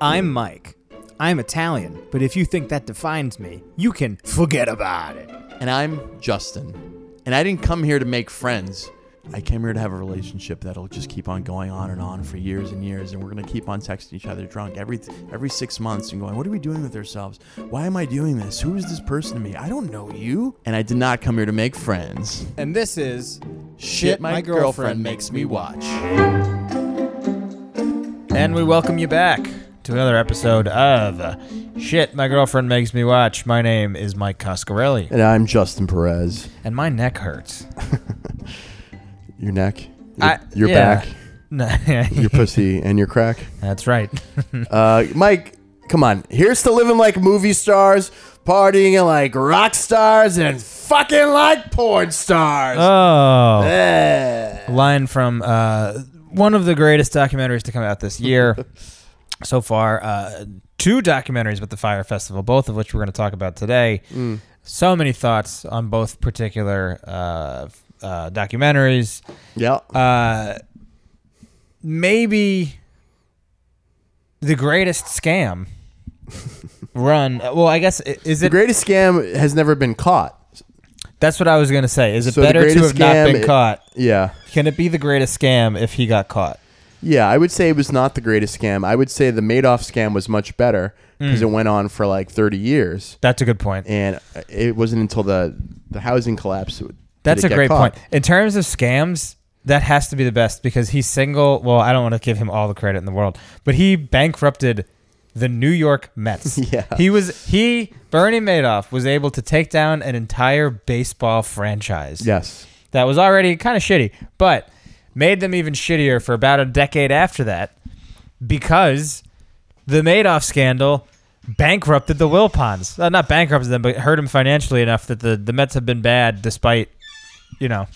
I'm Mike. I'm Italian, but if you think that defines me, you can forget about it. And I'm Justin. And I didn't come here to make friends. I came here to have a relationship that'll just keep on going on and on for years and years, and we're gonna keep on texting each other drunk every every six months and going, "What are we doing with ourselves? Why am I doing this? Who is this person to me? I don't know you." And I did not come here to make friends. And this is Shit, my, girlfriend, makes me watch. And we welcome you back to another episode of uh, Shit My Girlfriend Makes Me Watch. My name is Mike Coscarelli, And I'm Justin Perez. and my neck hurts. Your neck, your, I- your yeah. back, No, your pussy, and your crack. That's right. Uh, Mike, come on. Here's to living like movie stars, partying like rock stars, and fucking like porn stars. Oh, Eh. line from uh, one of the greatest documentaries to come out this year so far. Uh, two documentaries about the Fire Festival, both of which we're going to talk about today. Mm. So many thoughts on both particular uh, f- uh, documentaries. Yeah. uh, maybe the greatest scam run. uh, Well, I guess i- is the it? greatest scam has never been caught. That's what I was gonna say. Is it So the better to have greatest not scam been i- caught? Yeah. Can it be the greatest scam if he got caught? Yeah, I would say it was not the greatest scam. I would say the Madoff scam was much better because it Mm. went on for like 30 years. That's a good point. And it wasn't until the, the housing collapse. that That's it a got great caught. point. In terms of scams, that has to be the best because he's single. Well, I don't want to give him all the credit in the world, but he bankrupted the New York Mets. Yeah. He was he Bernie Madoff was able to take down an entire baseball franchise. Yes. That was already kind of shitty, but made them even shittier for about a decade after that because the Madoff scandal bankrupted the Wilpons. Uh, not bankrupted them, but hurt them financially enough that the, the Mets have been bad despite, you know,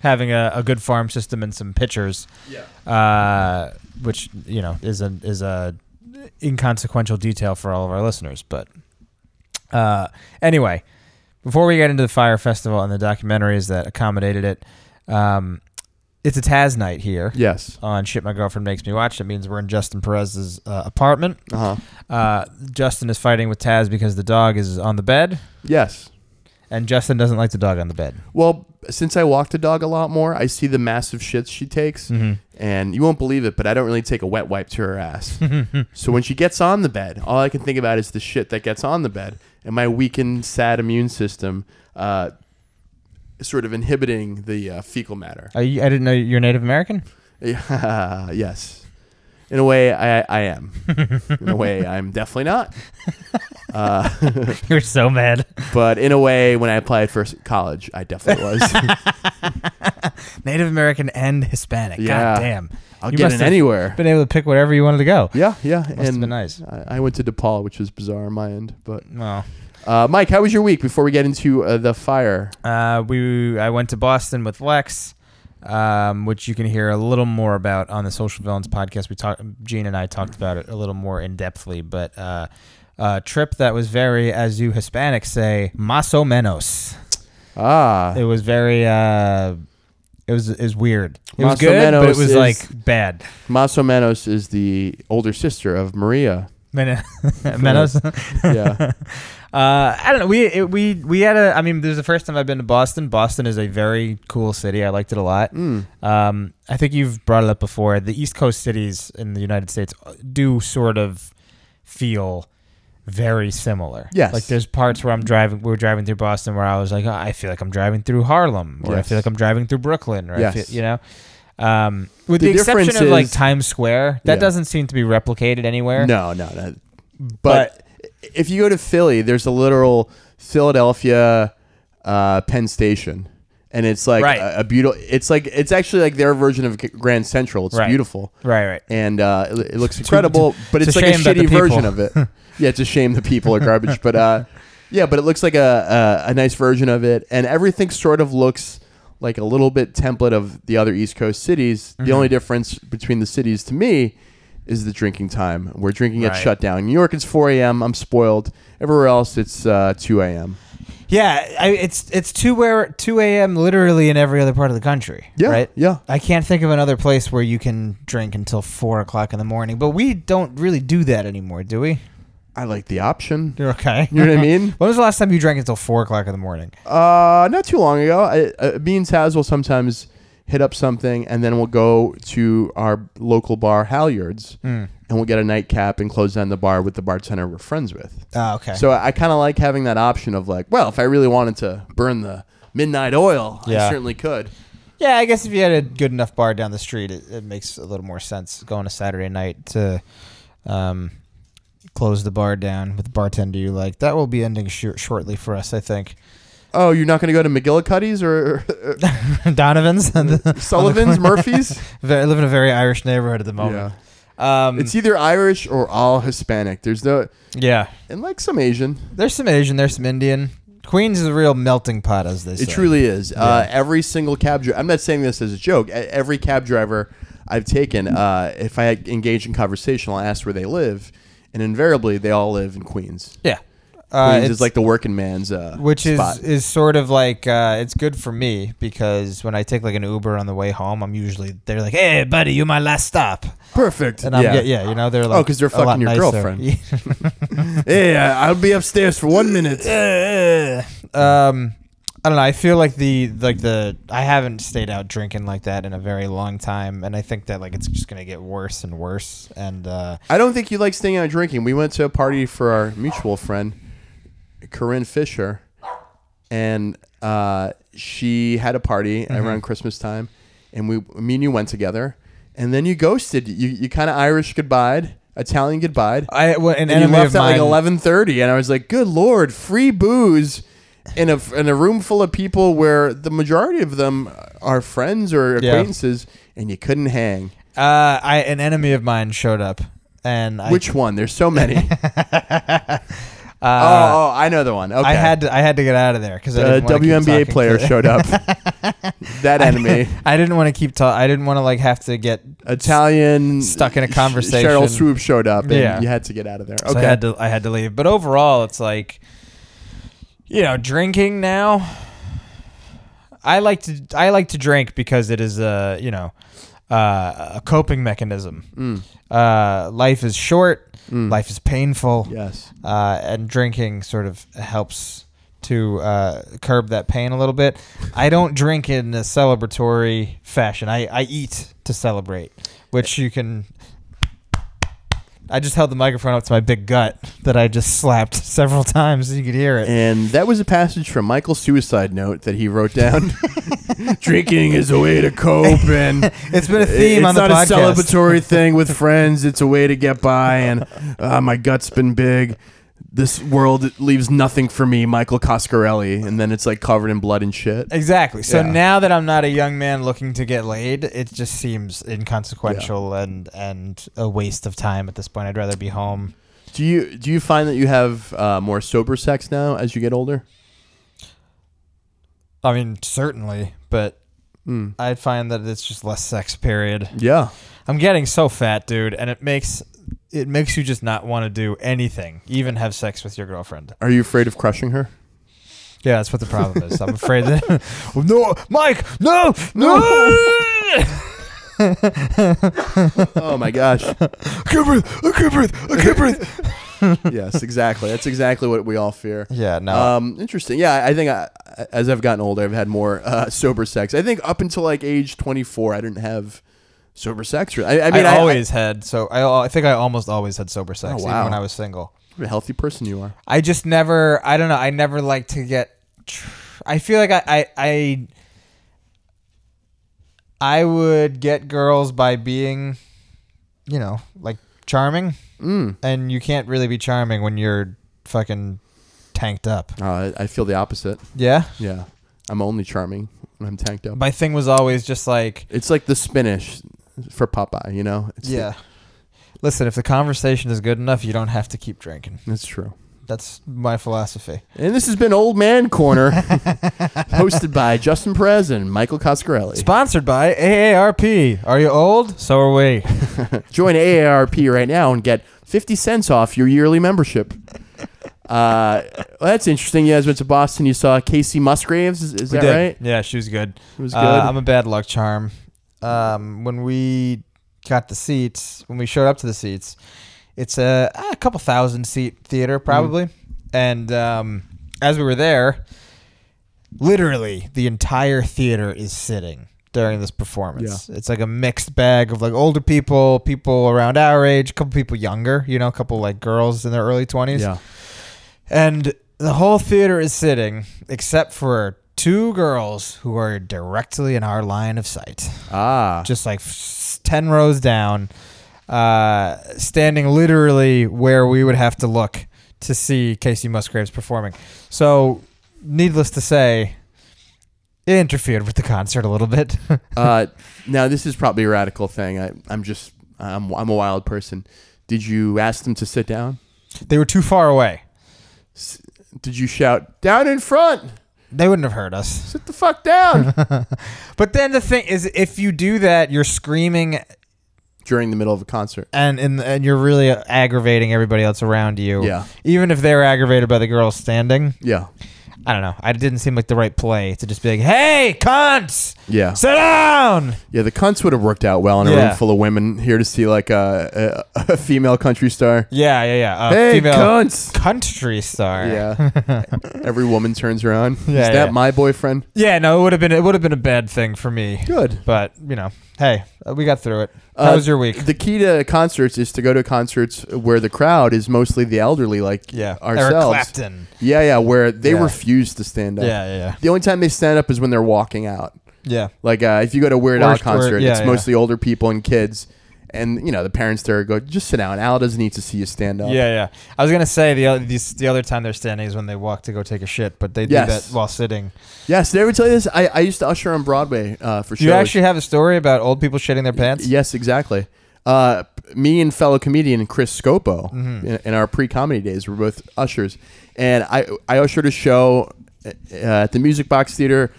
having a, a good farm system and some pitchers. Yeah. Uh, which, you know, is a, is a inconsequential detail for all of our listeners. But uh, anyway, before we get into the Fire Festival and the documentaries that accommodated it, um, it's a Taz night here Yes. on Shit My Girlfriend Makes Me Watch. That means we're in Justin Perez's uh, apartment. Uh huh. Uh, Justin is fighting with Taz because the dog is on the bed, Yes. and Justin doesn't like the dog on the bed. Well, since I walk the dog a lot more, I see the massive shits she takes. Mm-hmm. And you won't believe it, but I don't really take a wet wipe to her ass. so when she gets on the bed, all I can think about is the shit that gets on the bed and my weakened, sad immune system uh, sort of inhibiting the uh, fecal matter. Are you, I didn't know you're Native American. yes. In a way, I, I am. In a way, I'm definitely not. Uh, You're so mad. but in a way, when I applied for s- college, I definitely was. Native American and Hispanic. Yeah. God damn. I'll You get must in have anywhere. Been able to pick whatever you wanted to go. Yeah, yeah, Must have and been nice. I, I went to DePaul, which was bizarre on my end. But Well, uh, Mike, how was your week before we get into uh, the fire? Uh, we I went to Boston with Lex, um, which you can hear a little more about on the Social Villains podcast. We talked, Gene and I talked about it a little more in depthly, but uh, a trip that was very, as you Hispanics say, maso menos. Ah, It was very. Uh, it was is weird. It was Más o good, but it menos was is- like bad. Maso Menos is the older sister of Maria. Men- menos. Yeah, Uh, I don't know. We it, we we had a. I mean, this is the first time I've been to Boston. Boston is a very cool city. I liked it a lot. Mm. Um, I think you've brought it up before. The East Coast cities in the United States uh, do sort of feel very similar. Yes. Like there's parts where I'm driving. We're driving through Boston where I was like, oh, I feel like I'm driving through Harlem, or I Yes. feel like I'm driving through Brooklyn, or I Yes. feel, you know. Um, with The the, exception difference of like is- Times Square, that Yeah. doesn't seem to be replicated anywhere. no, no, no. But, if you go to Philly, there's a literal Philadelphia uh, Penn Station, and it's like Right. a, beautiful. It's like it's actually like their version of G- Grand Central. It's Right. beautiful. Right. Right. and uh, it, it looks incredible. but it's it's, a like a shame that the shitty version people- of it. yeah, it's a shame the people are garbage. But uh, yeah, but it looks like a, a a nice version of it, and everything sort of looks like a little bit template of the other East Coast cities. Mm-hmm. The only difference between the cities to me is the drinking time. We're drinking at Right. shut down. New York it's 4 a.m. I'm spoiled. Everywhere else it's uh, 2 a.m. Yeah, I, it's it's two where two a.m. literally in every other part of the country. Yeah, right. yeah. I can't think of another place where you can drink until four o'clock in the morning. But we don't really do that anymore, do we? I like the option. You're okay. You know what I mean? when was the last time you drank until four o'clock in the morning? Uh, not too long ago, I, uh, me and Taz will sometimes hit up something, and then we'll go to our local bar, Halyards, Hmm. and we'll get a nightcap and close down the bar with the bartender we're friends with. Oh, okay. So I, I kind of like having that option of like, well, if I really wanted to burn the midnight oil, Yeah. I certainly could. yeah, I guess if you had a good enough bar down the street, it, it makes a little more sense going a Saturday night to um, close the bar down with a bartender you like. That will be ending shor- shortly for us, I think. Oh, you're not going to go to McGillicuddy's or Donovan's on the- on the Sullivan's, corner. Murphy's? Very- I live in a very Irish neighborhood at the moment. Um, It's either Irish or all Hispanic. There's no, yeah. and like some Asian. There's some Asian. There's some Indian. Queens is a real melting pot, as they say. It truly is. Uh, every single cab driver. I'm not saying this as a joke. e- Every cab driver I've taken, uh, if I engage in conversation, I'll ask where they live, and invariably they all live in Queens. Yeah. Uh, Queens it's- is like the working man's uh, which is spot. is sort of like uh, it's good for me because when I take like an Uber on the way home, I'm usually they're like, "Hey, buddy, you my last stop," perfect. and I'm yeah, yeah. Oh, yeah you know they're like, 'cause they're a lot fucking your nicer. girlfriend. Hey, I- I'll be upstairs for one minute. um, I don't know. I feel like the like the I haven't stayed out drinking like that in a very long time, and I think that like it's just gonna get worse and worse. And uh, I don't think you like staying out drinking. We went to a party for our mutual friend, Corinne Fisher, and uh, she had a party Mm-hmm. around Christmas time, and we, me and you went together, and then you ghosted. You, you kind of Irish goodbye, Italian goodbye, I well, an and you enemy left of at mine, like eleven thirty, and I was like, "Good lord, free booze." In a, in a room full of people where the majority of them are friends or Yeah. acquaintances, and you couldn't hang. uh, I an enemy of mine showed up, and I, Which one? There's so many. uh, Oh, oh, I know the one. Okay. I had to I had to get out of there because a WNBA player showed up. that enemy, I didn't want to keep talking. I didn't want to like have to get. Italian, Stuck in a Sh- conversation. Cheryl Swoop showed up, and Yeah. you had to get out of there. So Okay, I had to I had to leave. But overall, it's like, you know, drinking now. I like to I like to drink because it is a you know uh, a coping mechanism. Mm, Uh, life is short. Life is painful. yes, uh, and drinking sort of helps to uh, curb that pain a little bit. I don't drink in a celebratory fashion. I, I eat to celebrate, which you can. I just held the microphone up to my big gut that I just slapped several times so you could hear it. and that was a passage from Michael's suicide note that he wrote down. Drinking is a way to cope, and It's been a theme it's on the not a podcast. celebratory thing with friends. It's a way to get by, and uh, my gut's been big. This world leaves nothing for me, Michael Coscarelli, and then it's like covered in blood and shit. Exactly. So Yeah. now that I'm not a young man looking to get laid, it just seems inconsequential and and a waste of time at this point. I'd rather be home. Do you do you find that you have uh, more sober sex now as you get older? I mean, certainly, but Hmm. I find that it's just less sex. Period. Yeah. I'm getting so fat, dude, and it makes it makes you just not want to do anything, even have sex with your girlfriend. Are you afraid of crushing her? Yeah, that's what the problem is. I'm afraid that Oh, no, Mike, no, no. Oh my gosh. I can't breathe. I can't breathe. I can't breathe. yes, exactly. That's exactly what we all fear. Yeah, no. Um, interesting. Yeah, I- I think I, as I've gotten older, I've had more uh, sober sex. I think up until like age 24, I didn't have sober sex. really. I, I I mean, I, always had so I, al- I think I almost always had sober sex Oh, even wow. when I was single. what a healthy person you are. I just never. I don't know. I never like to get. Tr- I feel like I, I I I would get girls by being, you know, like charming, Mm. and you can't really be charming when you're fucking tanked up. Uh, I feel the opposite. Yeah. Yeah. I'm only charming when I'm tanked up. My thing was always just like, It's like the spinach for Popeye, you know? It's the- yeah. Listen, if the conversation is good enough, you don't have to keep drinking. that's true. That's my philosophy. And this has been Old Man Corner, hosted by Justin Perez and Michael Coscarelli. Sponsored by AARP. Are you old? So are we. Join AARP right now and get 50 cents off your yearly membership. Uh, well, that's interesting. You guys went to Boston. You saw Casey Musgraves. Is, is that did. right? Yeah, she was good. It was Uh, good. I'm a bad luck charm. Um, when we got the seats, when we showed up to the seats, it's a, a couple thousand seat theater Mm. probably, and um, as we were there, literally the entire theater is sitting during this performance. It's like a mixed bag of like older people, people around our age, a couple people younger, you know, a couple like girls in their early twenties. yeah. And the whole theater is sitting except for two girls who are directly in our line of sight, Ah. just like s- 10 rows down, uh, standing literally where we would have to look to see Casey Musgraves performing. So, needless to say, it interfered with the concert a little bit. uh, now this is probably a radical thing. I, I'm just I'm I'm a wild person. Did you ask them to sit down? they were too far away. S- Did you shout down in front? They wouldn't have heard us. Sit the fuck down But then the thing is, if you do that, you're screaming during the middle of a concert. and and, and you're really aggravating everybody else around you. Yeah. Even if they're aggravated by the girl standing, Yeah, I don't know. I didn't seem like the right play to just be like, "Hey, cunts, yeah, sit down." yeah. The cunts would have worked out well in a Yeah. room full of women here to see like a a, a female country star. Yeah, yeah, yeah. Uh, hey, female cunts. country star. Yeah, every woman turns around. Yeah, Is that yeah. my boyfriend? Yeah. No, it would have been it would have been a bad thing for me. Good. But you know, hey, uh, we got through it. Uh, How was your week? The key to concerts is to go to concerts where the crowd is mostly the elderly, like Yeah, Eric ourselves. Clapton. Yeah, yeah, where they Yeah. refuse to stand up. Yeah, yeah, yeah. The only time they stand up is when they're walking out. Yeah. Like uh, if you go to a Weird Or- Al or- concert, yeah, it's yeah. mostly older people and kids, and you know the parents there go just sit down. Al doesn't need to see you stand up. Yeah, yeah. I was gonna say the other these, the other time they're standing is when they walk to go take a shit, but they Yes. do that while sitting. Yes, did I ever tell you this? I, I used to usher on Broadway uh, for Do shows. you actually have a story about old people shitting their pants? Yes, exactly. Uh, p- me and fellow comedian Chris Scopo Mm-hmm. in, in our pre-comedy days were both ushers, and I I ushered a show uh, at the Music Box Theater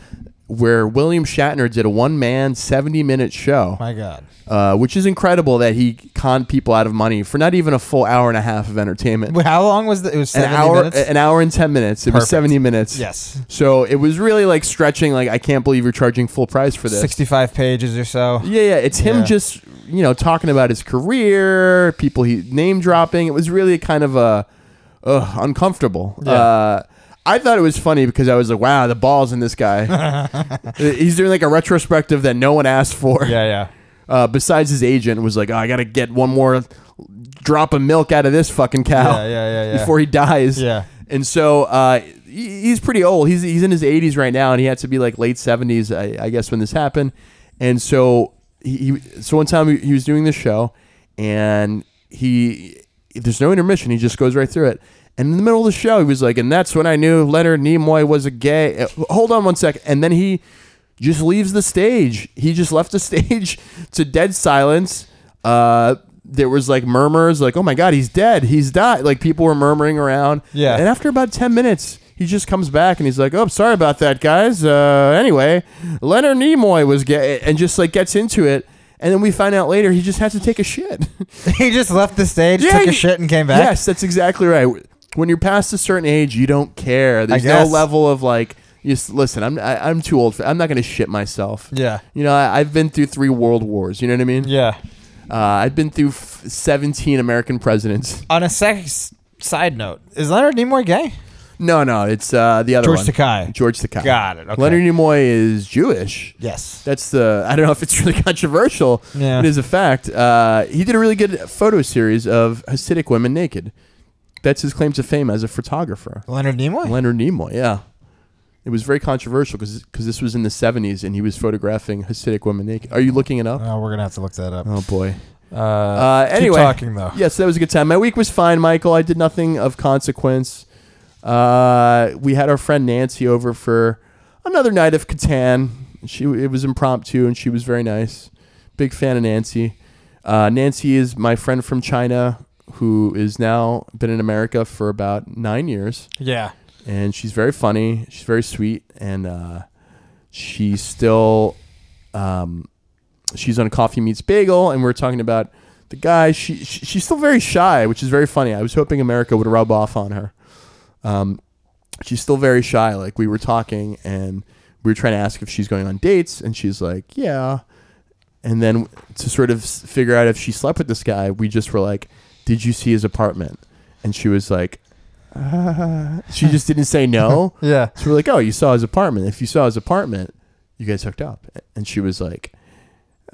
where William Shatner did a one-man seventy-minute show, My God. uh, which is incredible that he conned people out of money for not even a full hour and a half of entertainment. Wait, how long was the, it? Was An seventy hour, minutes? an hour and ten minutes. It was Perfect. seventy minutes. yes, So it was really like stretching. Like I can't believe you're charging full price for this. sixty-five pages or so. Yeah, yeah. It's him Yeah. just you know talking about his career, people he name dropping. It was really kind of a uh, uncomfortable. Yeah. Uh, I thought it was funny because I was like, "Wow, the balls in this guy." He's doing like a retrospective that no one asked for. Yeah, yeah. Uh, besides his agent was like, "Oh, I gotta get one more drop of milk out of this fucking cow Yeah, yeah, yeah, yeah. before he dies." Yeah. And so uh, he- he's pretty old. He's he's in his 80s right now, and he had to be like late 70s, I, I guess, when this happened. And so he, he so one time he, he was doing this show, and he there's no intermission. He just goes right through it. And in the middle of the show, he was like, and that's when I knew Leonard Nimoy was a gay. uh, Hold on one second. And then he just leaves the stage. He just left the stage to dead silence. Uh, there was like murmurs, like, "Oh my God, he's dead. He's died." Like people were murmuring around. Yeah. And after about ten minutes, he just comes back and he's like, "Oh, sorry about that, guys. Uh, anyway, Leonard Nimoy was gay," and just like gets into it. And then we find out later he just had to take a shit. he just left the stage, Yeah, took you- a shit, and came back. Yes, that's exactly right. When you're past a certain age, you don't care. There's no guess. level of like, just listen. I'm I, I'm too old. For, I'm not gonna shit myself. Yeah. You know, I, I've been through three world wars. You know what I mean? Yeah. Uh, I've been through f- 17 American presidents. On a sex side note, is Leonard Nimoy gay? No, no, it's uh, the other George one. Takei. George Takei. Got it, okay. Leonard Nimoy is Jewish. Yes. That's the. I don't know if it's really controversial. Yeah. It is a fact. Uh, he did a really good photo series of Hasidic women naked. That's his claim to fame as a photographer. Leonard Nimoy. Leonard Nimoy, yeah. It was very controversial because this was in the 70s and he was photographing Hasidic women naked. Are you looking it up? oh, we're gonna have to look that up. Oh, boy. Uh, Uh, anyway, keep talking though. Yes, that was a good time. My week was fine, Michael. I did nothing of consequence. Uh, we had our friend Nancy over for another night of Catan. She it was impromptu and she was very nice. Big fan of Nancy. Uh, Nancy is my friend from China who is now been in America for about nine years, Yeah. and she's very funny. She's very sweet, and uh, she's still um, she's on Coffee Meets Bagel, and we are talking about the guy. She, she she's still very shy, which is very funny. I was hoping America would rub off on her. Um, she's still very shy. Like we were talking, and we were trying to ask if she's going on dates, and she's like, "Yeah." And then to sort of s- figure out if she slept with this guy, we just were like, "Did you see his apartment?" And she was like, uh, "She just didn't say no." Yeah. So we're like, "Oh, you saw his apartment. If you saw his apartment, you guys hooked up." And she was like,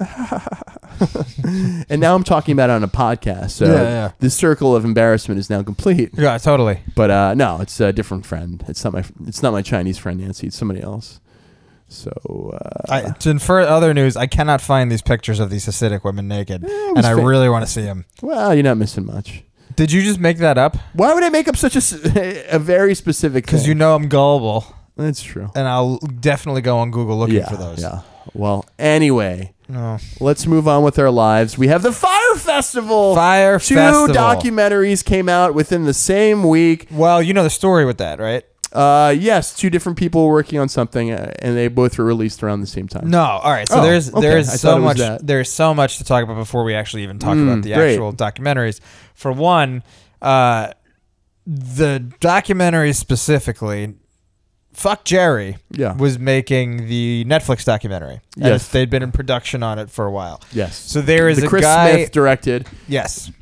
and now I'm talking about it on a podcast. So Yeah, yeah. the circle of embarrassment is now complete. Yeah, totally. But uh, no, it's a different friend. It's not my it's not my Chinese friend Nancy. It's somebody else. So uh, I, to infer other news, I cannot find these pictures of these Hasidic women naked, and was I fa- really want to see them. well, you're not missing much. Did you just make that up? Why would I make up such a, s- a very specific? Because you thing? know I'm gullible, that's true. and I'll definitely go on Google looking yeah, for those. yeah. Well, anyway, No. let's move on with our lives. We have the Fire Festival. Fire Two Festival. documentaries came out within the same week. Well, you know the story with that, right? Uh, yes, two different people were working on something, uh, and they both were released around the same time. No. All right. So Oh, there's okay. I there's thought so it was much that. there's so much to talk about before we actually even talk about Mm, the great. actual documentaries. For one, uh, the documentary specifically, fuck Jerry. Yeah. was making the Netflix documentary. And Yes. if they'd been in production on it for a while. Yes. So there is the a Chris guy. Smith directed. Yes.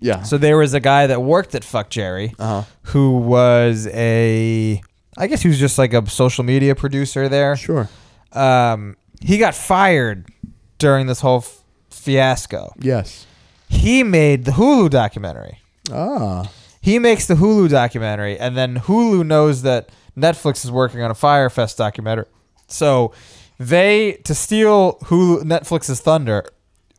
Yeah. So there was a guy that worked at Fuck Jerry, Uh-huh. who was a, I guess he was just like a social media producer there. Sure. Um, he got fired during this whole f- fiasco. Yes. He made the Hulu documentary. Ah. He makes the Hulu documentary, and then Hulu knows that Netflix is working on a Firefest documentary. So they to steal Hulu Netflix's thunder,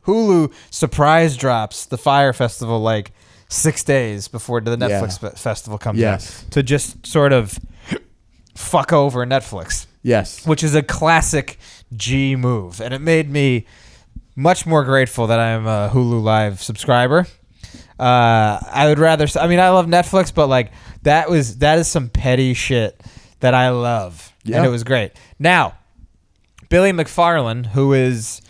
Hulu surprise drops the Fire Festival like six days before the Netflix fe- festival comes Yes. out to just sort of fuck over Netflix Yes. which is a classic G move, and it made me much more grateful that I'm a Hulu Live subscriber. Uh, I would rather. I mean, I love Netflix, but like that was that is some petty shit that I love, Yeah. and it was great. Now, Billy McFarland, who is.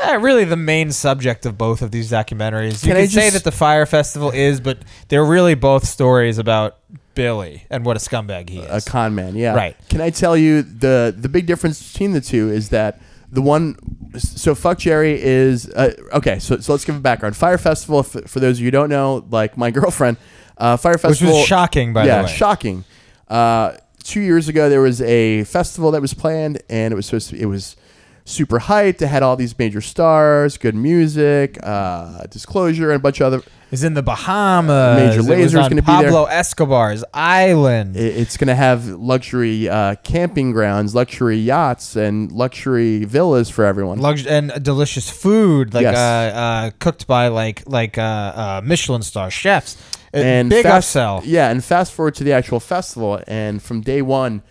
eh, really, the main subject of both of these documentaries. You can, Can I say just- that the Fire Festival is, but they're really both stories about Billy and what a scumbag he A is. con man. Yeah. Right. Can I tell you the the big difference between the two is that the one so fuck Jerry is uh, okay. So so let's give a background. Fire Festival f- for those of you who don't know, like my girlfriend, uh, Fire Which Festival. was shocking, by yeah, the way. shocking. Uh, two years ago, there was a festival that was planned, and it was supposed to. It was super hyped. It had all these major stars, good music, uh, disclosure, and a bunch of other. is in the Bahamas. Uh, Major It was Laser's on gonna be there. Pablo Escobar's island. it- it's going to have luxury uh, camping grounds, luxury yachts, and luxury villas for everyone. Lux- and delicious food, like Yes. uh, uh, cooked by like like uh, uh, Michelin star chefs. Uh, and big fast, upsell. Yeah, and fast forward to the actual festival, and from day one,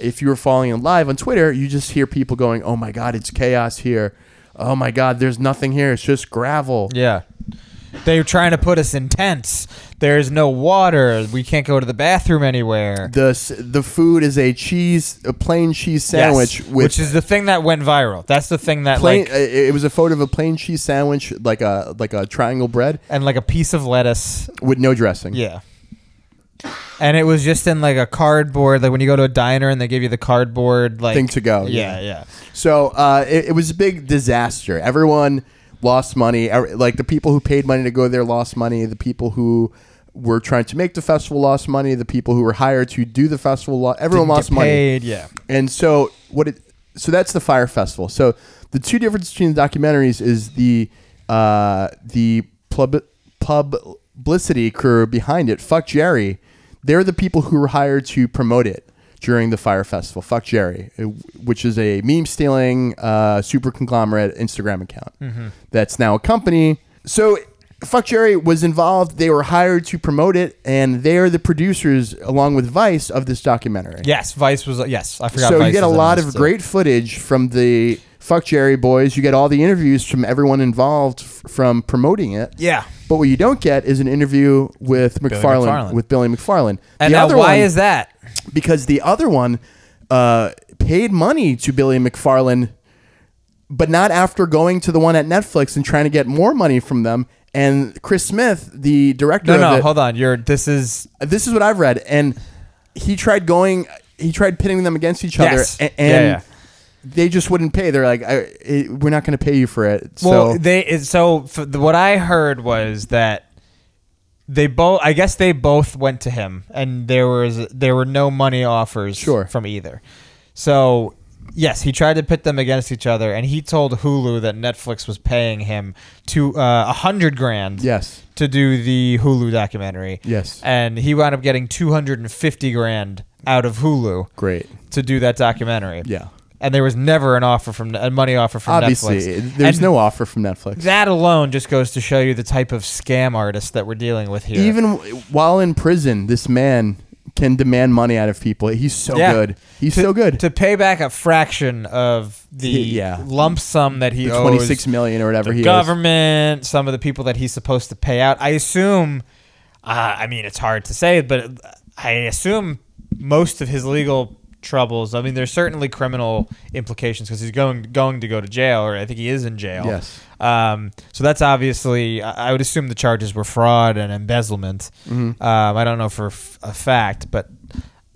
if you were following it live on Twitter, you just hear people going, "Oh my God, it's chaos here! Oh my God, there's nothing here. It's just gravel." Yeah, they were trying to put us in tents. There's no water. We can't go to the bathroom anywhere. The s- the food is a cheese, a plain cheese sandwich Yes. with which is the thing that went viral. That's the thing that plain. like uh, it it was a photo of a plain cheese sandwich, like a like a triangle bread and like a piece of lettuce. with no dressing. Yeah. And it was just in like a cardboard, like when you go to a diner and they give you the cardboard like Thing to go, Yeah, yeah. yeah. So uh, it, it was a big disaster. Everyone lost money. Every- Like the people who paid money to go there lost money. The people who were trying to make the festival lost money. The people who were hired to do the festival lost. Everyone Didn't get lost money. paid, yeah. And so what it so that's the fire festival. So the two differences between the documentaries is the uh, the pub, publicity crew behind it. Fuck Jerry. They're the people who were hired to promote it during the fire festival. Fuck Jerry, uh, which is a meme stealing uh, super conglomerate Instagram account that's now a company. So Fuck Jerry was involved. They were hired to promote it, and they are the producers, along with Vice, of this documentary. Yes, Vice was yes. I forgot. So Vice you get a was on lot this, of too. great footage from the Fuck Jerry boys. You get all the interviews from everyone involved f- from promoting it. Yeah, But what you don't get is an interview with McFarlane, McFarlane. with Billy McFarlane. and the now other why one, is that? because the other one uh, paid money to Billy McFarlane, but not after going to the one at Netflix and trying to get more money from them. And Chris Smith, the director No, of no, it, hold on. You're this is this is what I've read, and he tried going, he tried pitting them against each other, Yes. a- and, Yeah, yeah. they just wouldn't pay. They're like, I, it, we're not going to pay you for it. well. so They it, so f- the- what I heard was that they both. I guess they both went to him, and there was there were no money offers Sure. from either. So yes, he tried to pit them against each other, and he told Hulu that Netflix was paying him to uh, a hundred grand. yes, to do the Hulu documentary. Yes. And he wound up getting 250 grand out of Hulu great, to do that documentary. yeah. And there was never an offer from a money offer from Obviously, Netflix. it- there's And no offer from Netflix. that alone just goes to show you the type of scam artist that we're dealing with here. Even w- while in prison, this man can demand money out of people. He's so Yeah. good. He's to, so good. to pay back a fraction of the Yeah. lump sum that he The owes 26 million or whatever he the is. government, some of the people that he's supposed to pay out. I assume, uh, I mean, it's hard to say, but I assume most of his legal troubles. I mean, there's certainly criminal implications because he's going going to go to jail, or I think he is in jail. Yes. Um, so that's obviously. I I would assume the charges were fraud and embezzlement. Mm-hmm. Um, I don't know for f- a fact, but.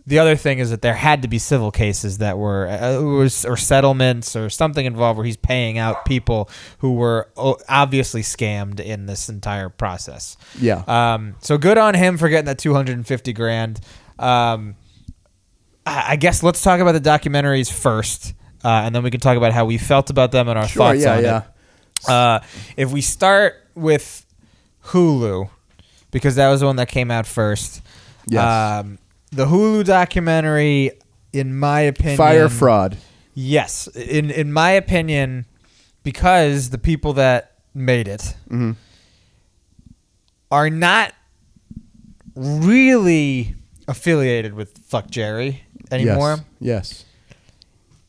The other thing is that there had to be civil cases that were uh, or s- or settlements or something involved where he's paying out people who were o- obviously scammed in this entire process. Yeah. Um, so good on him for getting that 250 grand. Um, I I guess let's talk about the documentaries first, uh, and then we can talk about how we felt about them and our Sure, thoughts yeah, on yeah. it. Uh, if we start with Hulu, because that was the one that came out first. Yes. Um, the Hulu documentary, in my opinion, Fire fraud. Yes, in in my opinion, because the people that made it Mm-hmm. are not really affiliated with Fuck Jerry anymore. Yes.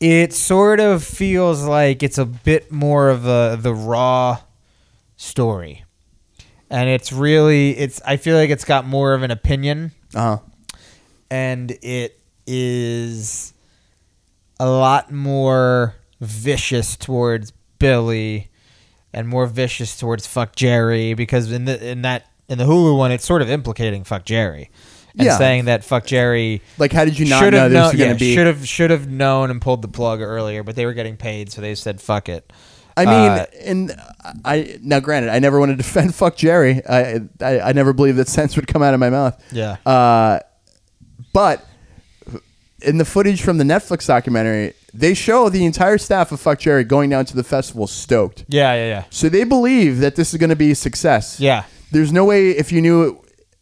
yes. It sort of feels like it's a bit more of a the raw story, and it's really it's. I feel like it's got more of an opinion Uh huh. and it is a lot more vicious towards Billy and more vicious towards fuck Jerry because in the in that in the Hulu one it's sort of implicating fuck Jerry and Yeah. saying that fuck Jerry Like, how did you not should know have this known was yeah, going to be? should have should have known and pulled the plug earlier but they were getting paid so they said fuck it I mean, Uh, and I now granted, I never want to defend fuck Jerry. I, I I never believed that sense would come out of my mouth. yeah Uh, but in the footage from the Netflix documentary, they show the entire staff of Fuck Jerry going down to the festival stoked. yeah yeah yeah So they believe that this is going to be a success. yeah There's no way if you knew it,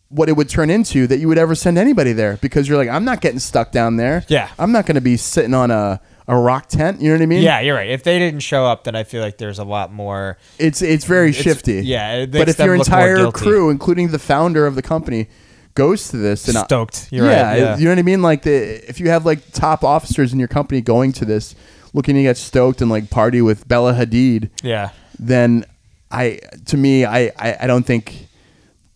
what it would turn into that you would ever send anybody there because you're like, I'm not getting stuck down there. Yeah. I'm not going to be sitting on a, a rock tent. You know what I mean? yeah you're right if they didn't show up then I feel like there's a lot more It's it's very It's- shifty. yeah, it But makes if them your look more entire guilty. crew, including the founder of the company, goes to this and I- Stoked. You're yeah, right, yeah. you know what I mean. Like the if you have like top officers in your company going to this, looking to get stoked and like party with Bella Hadid, yeah then I to me I I, I don't think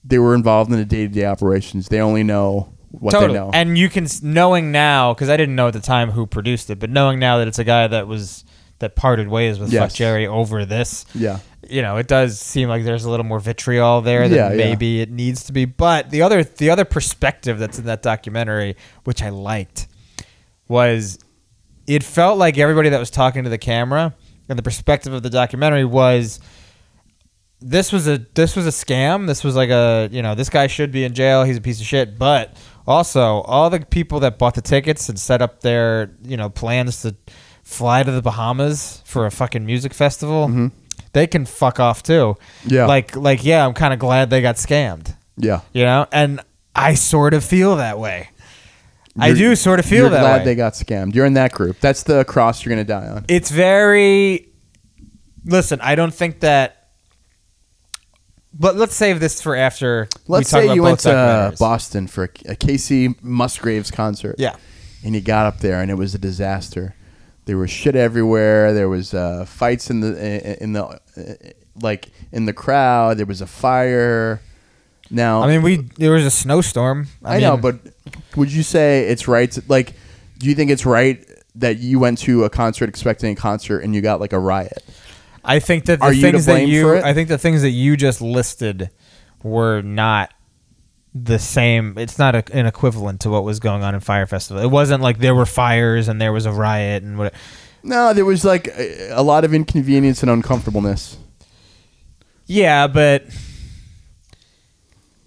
they were involved in the day to day operations. They only know what totally. they know. And you can s- knowing now because I didn't know at the time who produced it, but knowing now that it's a guy that was that parted ways with Yes. Fuck Jerry over this. yeah, You know, it does seem like there's a little more vitriol there than Yeah, yeah. maybe it needs to be. But the other the other perspective that's in that documentary, which I liked, was it felt like everybody that was talking to the camera and the perspective of the documentary was this was a this was a scam. This was like a you know this guy should be in jail. He's a piece of shit. But also all the people that bought the tickets and set up their you know plans to fly to the Bahamas for a fucking music festival, they can fuck off too. Mm-hmm. Yeah. like like yeah, I'm kind of glad they got scammed. yeah. You know, and I sort of feel that way. I You're- do sort of feel You're that glad way. they got scammed. You're in that group. That's the cross you're gonna die on. it's very listen i don't think that but let's save this for after Let's we talk say about you both went to documentaries. Boston for a, a Casey Musgraves concert. yeah and you got up there and it was a disaster. There was shit everywhere. There was uh, fights in the in the uh, like in the crowd. There was a fire. Now i mean we there was a snowstorm I, mean, know, but would you say it's right? To, like, do you think it's right that you went to a concert expecting a concert and you got like a riot? I think that the Are you to things that blame you for it? I think the things that you just listed were not the same. It's not a, an equivalent to what was going on in Fire Festival. It wasn't like there were fires and there was a riot and what. No, there was like a, a lot of inconvenience and uncomfortableness. Yeah, but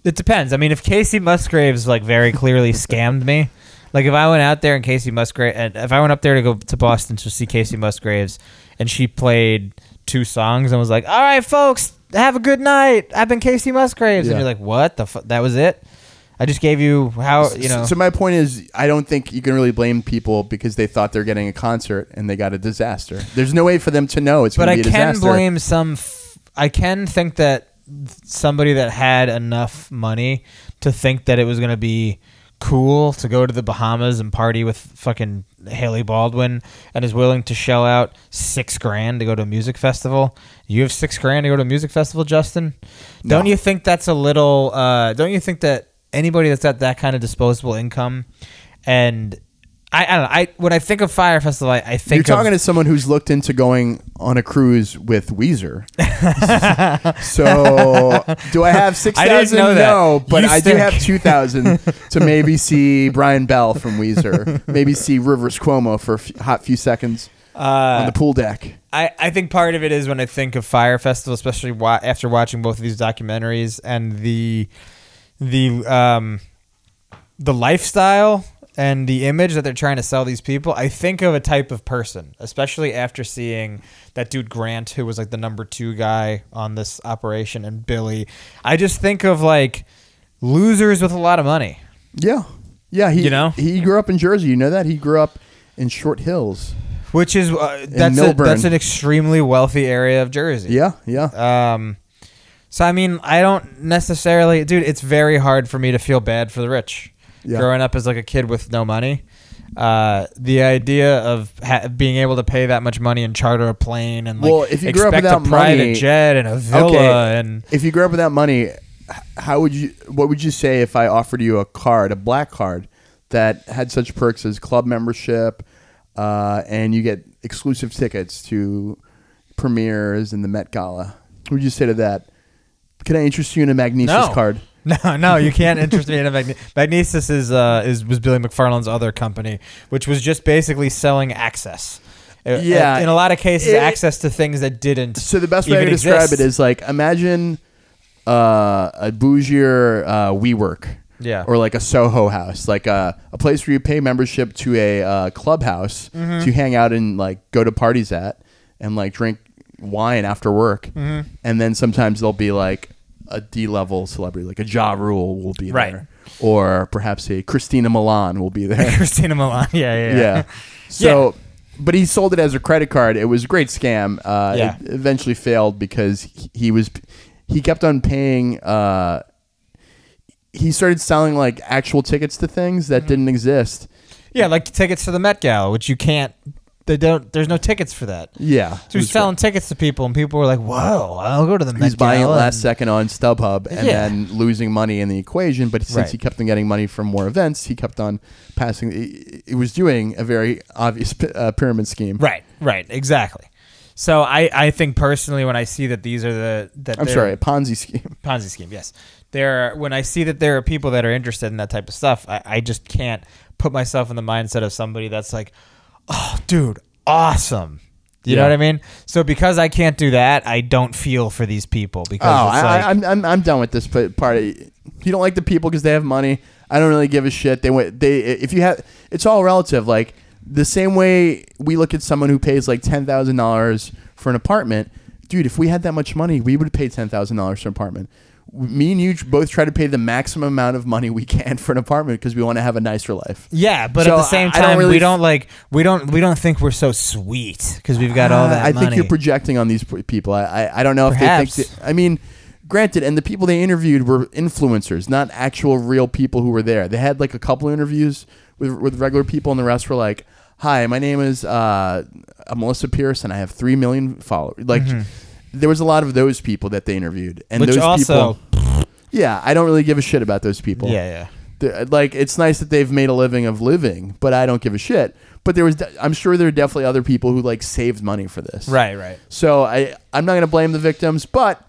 it depends. I mean, if Casey Musgraves like very clearly scammed me, like if I went out there and Casey Musgrave, and if I went up there to go to Boston to see Casey Musgraves, and she played two songs and was like, "All right, folks, have a good night. I've been Casey Musgraves," Yeah. and you're like, "What the? Fu- that was it? I just gave you how Oh, you S- know." So my point is, I don't think you can really blame people because they thought they're getting a concert and they got a disaster. There's no way for them to know it's going but to I be can a disaster. blame some. F- I can think that somebody that had enough money to think that it was going to be cool to go to the Bahamas and party with fucking Haley Baldwin and is willing to shell out six grand to go to a music festival. You have six grand to go to a music festival, Justin? Don't No. you think that's a little? Uh, don't you think that anybody that's got that kind of disposable income and I, I don't know. I when I think of Fire Festival, I, I think You're talking of, to someone who's looked into going on a cruise with Weezer. so, do I have six I didn't thousand? know that. No, but You I do stink. have two thousand to maybe see Brian Bell from Weezer, maybe see Rivers Cuomo for a f- hot few seconds Uh, on the pool deck. I, I think part of it is when I think of Fire Festival, especially wa- after watching both of these documentaries and the the um, the lifestyle and the image that they're trying to sell these people. I think of a type of person, especially after seeing that dude Grant, who was like the number two guy on this operation, and Billy. I just think of like losers with a lot of money. Yeah, yeah. He, You know? he grew up in Jersey. You know that he grew up in Short Hills. Which is uh, that's a, Millburn. that's an extremely wealthy area of Jersey. Yeah, yeah. Um, so I mean, I don't necessarily, dude. It's very hard for me to feel bad for the rich. Yeah. Growing up as like a kid with no money, uh, the idea of ha- being able to pay that much money and charter a plane and like Well, if you grew up expect without a private money- jet and a villa Okay. uh, and if you grew up without money, h- how would you? What would you say if I offered you a card, a black card, that had such perks as club membership, uh, and you get exclusive tickets to premieres and the Met Gala? What would you say to that? Can I interest you in a No. Magnesius card? No, no, you can't interest me in a Magne- Magnesis is uh is was Billy McFarland's other company, which was just basically selling access. Uh, Yeah. in a lot of cases, It- access to things that didn't. So the best way even to describe exist. it is like imagine uh, a bougier uh, WeWork, Yeah. or like a Soho house, like a a place where you pay membership to a uh, clubhouse Mm-hmm. to hang out and like go to parties at and like drink wine after work, Mm-hmm. and then sometimes there'll be like a D level celebrity, like a Ja Rule will be Right. there, or perhaps a Christina Milan will be there. Christina Milan. Yeah, yeah, yeah. yeah. So, but he sold it as a credit card. It was a great scam. Uh, Yeah. It eventually failed because he, he was he kept on paying. Uh, he started selling like actual tickets to things Mm-hmm. that didn't exist. Yeah, like tickets to the Met Gala, which you can't. They don't. There's no tickets for that. Yeah, So he's selling tickets to people, and people were like, "Whoa, I'll go to the Met He's buying it Gala." last second on StubHub and Yeah. then losing money in the equation. But since Right. he kept on getting money from more events, he kept on passing. He, he was doing a very obvious p- uh, pyramid scheme. Right, right, exactly. So I, I think personally, when I see that these are the that I'm they're- sorry, a Ponzi scheme. Ponzi scheme, yes. There, are, when I see that there are people that are interested in that type of stuff, I, I just can't put myself in the mindset of somebody that's like, "Oh, dude, awesome." You know Yeah. what I mean? So because I can't do that, I don't feel for these people because Oh, it's I, like, I, I'm, I'm I'm done with this pa- party. You don't like the people because they have money. I don't really give a shit. They went they if you have it's all relative. Like the same way we look at someone who pays like ten thousand dollars for an apartment, dude. If we had that much money, we would pay ten thousand dollars for an apartment. Me and you both try to pay the maximum amount of money we can for an apartment because we want to have a nicer life. Yeah, but So at the same I- I time, don't really we f- don't like we don't we don't think we're so sweet because we've got all Uh, that I money. think you're projecting on these p- people. I, I, I don't know if they Perhaps. think. That, I mean, granted, and the people they interviewed were influencers, not actual real people who were there. They had like a couple interviews with with regular people, and the rest were like, "Hi, my name is uh, Melissa Pierce, and I have three million followers." Like, there was a lot of those people that they interviewed, and Mm-hmm. Which those also, people. Yeah, I don't really give a shit about those people. yeah, yeah. They're- uh, Like it's nice that they've made a living of living, but I don't give a shit. But there was, de- I'm sure there are definitely other people who like saved money for this. Right, right. So I, I'm not going to blame the victims, but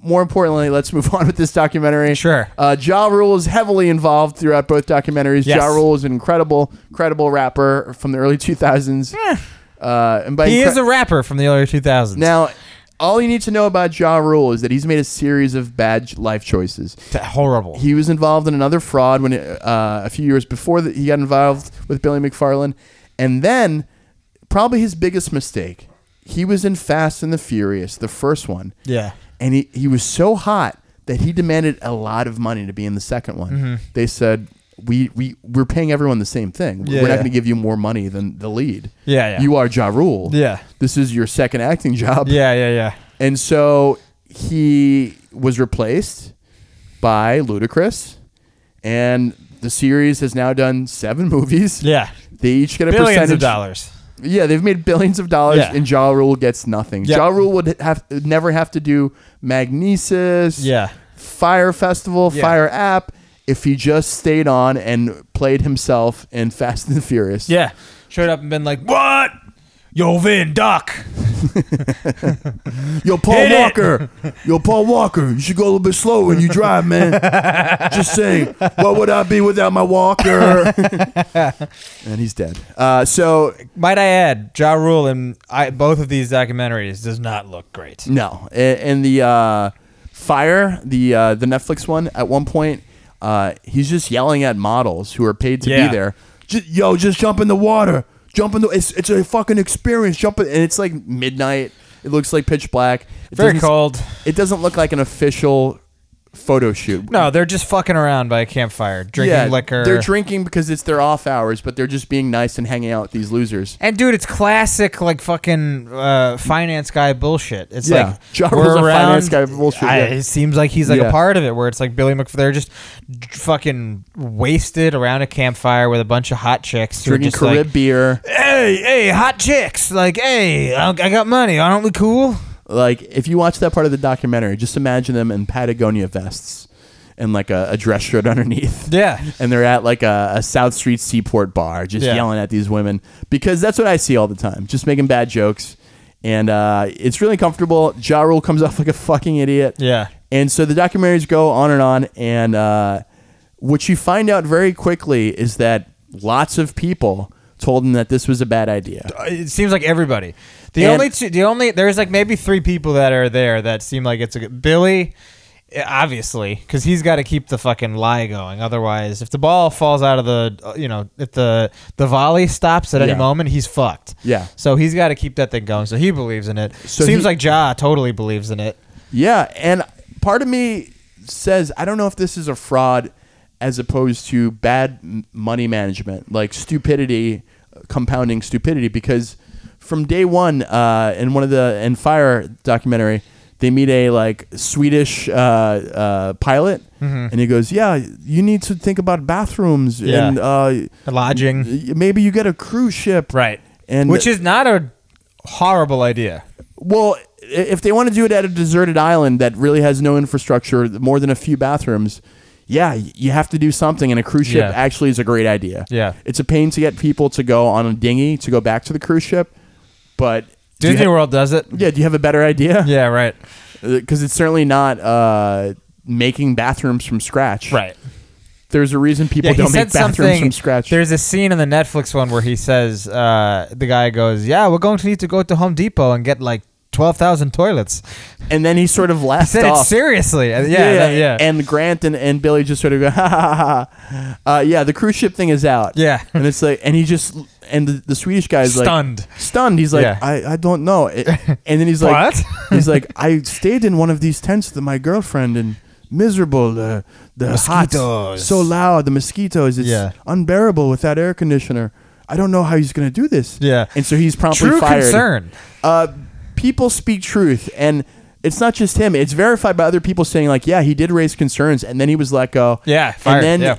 more importantly, let's move on with this documentary. Sure. Uh, ja Rule is heavily involved throughout both documentaries. Yes. Ja Rule is an incredible, incredible rapper from the early 2000s. Uh, and by Eh. He incre- is a rapper from the early 2000s. now, all you need to know about Ja Rule is that he's made a series of bad life choices. T- horrible. He was involved in another fraud when uh, a few years before that he got involved with Billy McFarland, and then probably his biggest mistake. He was in Fast and the Furious, the first one, yeah. and he, he was so hot that he demanded a lot of money to be in the second one. Mm-hmm. They said we we we're paying everyone the same thing. Yeah, we're not yeah. going to give you more money than the lead. Yeah, yeah. You are Ja Rule. Yeah. This is your second acting job. Yeah, yeah, yeah. And so he was replaced by Ludacris, and the series has now done seven movies. Yeah. They each get a Billions percentage. of dollars. Yeah, they've made billions of dollars, Yeah. and Ja Rule gets nothing. Yeah. Ja Rule would have never have to do Magnesis, Yeah. Fire Festival, Yeah. Fire App, if he just stayed on and played himself in Fast and Furious. Yeah. Showed up and been like, what? Yo, Vin, Doc. Yo, Paul Hit it. Walker. Yo, Paul Walker. You should go a little bit slower when you drive, man. Just saying. What would I be without my walker? and he's dead. Uh, so Might I add, Ja Rule in I, both of these documentaries does not look great. no, in, in the uh, fire, the uh, the Netflix one, at one point, uh, he's just yelling at models who are paid to Yeah. be there. Just, yo, just jump in the water. Jump in the. It's, it's a fucking experience. Jump in, and it's like midnight. It looks like pitch black. It Very doesn't- cold. It doesn't look like an official photo shoot. No, they're just fucking around by a campfire, drinking liquor. They're drinking because it's their off hours, but they're just being nice and hanging out with these losers. and dude, it's classic like fucking uh, finance guy bullshit. It's Yeah. like Ja we're Rule's a around. finance guy bullshit, I- yeah. It seems like he's like Yeah. a part of it, where it's like Billy Mc. They're just d- fucking wasted around a campfire with a bunch of hot chicks who are Drinking just Carib like, beer. hey, hey, hot chicks. Like, hey, I I got money. Aren't we cool? Like, if you watch that part of the documentary, just imagine them in Patagonia vests and like a, a dress shirt underneath. Yeah. And they're at like a, a South Street Seaport bar just Yeah. yelling at these women because that's what I see all the time, just making bad jokes. And uh, it's really comfortable. Ja Rule comes off like a fucking idiot. Yeah. And so the documentaries go on and on. And uh, what you find out very quickly is that lots of people told him that this was a bad idea. Uh, it seems like everybody. The And- only two, the only there's like maybe three people that are there that seem like it's a good Billy, eh, obviously, because he's got to keep the fucking lie going. Otherwise, if the ball falls out of the, uh, you know, if the the volley stops at Yeah. any moment, he's fucked. Yeah. So he's got to keep that thing going. So he believes in it. So seems he- like Ja totally believes in it. Yeah. And part of me says, I don't know if this is a fraud as opposed to bad m- money management, like stupidity, compounding stupidity, because from day one uh, in one of the in fire documentary they meet a like swedish uh, uh, pilot and he goes yeah you need to think about bathrooms Mm-hmm. Yeah. and uh, Lodging, maybe you get a cruise ship right? and Which is not a horrible idea. well, i- if they want to do it at a deserted island that really has no infrastructure, more than a few bathrooms, yeah, y- you have to do something. And a cruise ship Yeah. actually is a great idea. Yeah. it's a pain to get people to go on a dinghy to go back to the cruise ship, but do you Disney ha- World does it. yeah, do you have a better idea? Yeah. Right. because it's certainly not uh, making bathrooms from scratch. Right. There's a reason people he don't make said bathrooms something- from scratch. There's a scene in the Netflix one where he says, uh, the guy goes, "Yeah, we're going to need to go to Home Depot and get like twelve thousand toilets." and then he sort of laughed Said off. it seriously. Uh, Yeah, yeah, yeah. And Grant and, and Billy just sort of go, ha ha ha ha. Uh, yeah, the cruise ship thing is out. Yeah. and it's like, and he just, and the, the Swedish guy is Stunned. like stunned. He's like, Yeah. I, I don't know. It- and then he's like, What? he's like, I stayed in one of these tents with my girlfriend and miserable. Uh, the hot, Mosquitoes. so loud. The mosquitoes. It's Yeah. unbearable without air conditioner. I don't know how he's gonna do this. Yeah. and so he's promptly True fired concern. uh, people speak truth, and it's not just him. It's verified by other people saying like, yeah, he did raise concerns, and then he was let go. Yeah, fired, and then. yeah.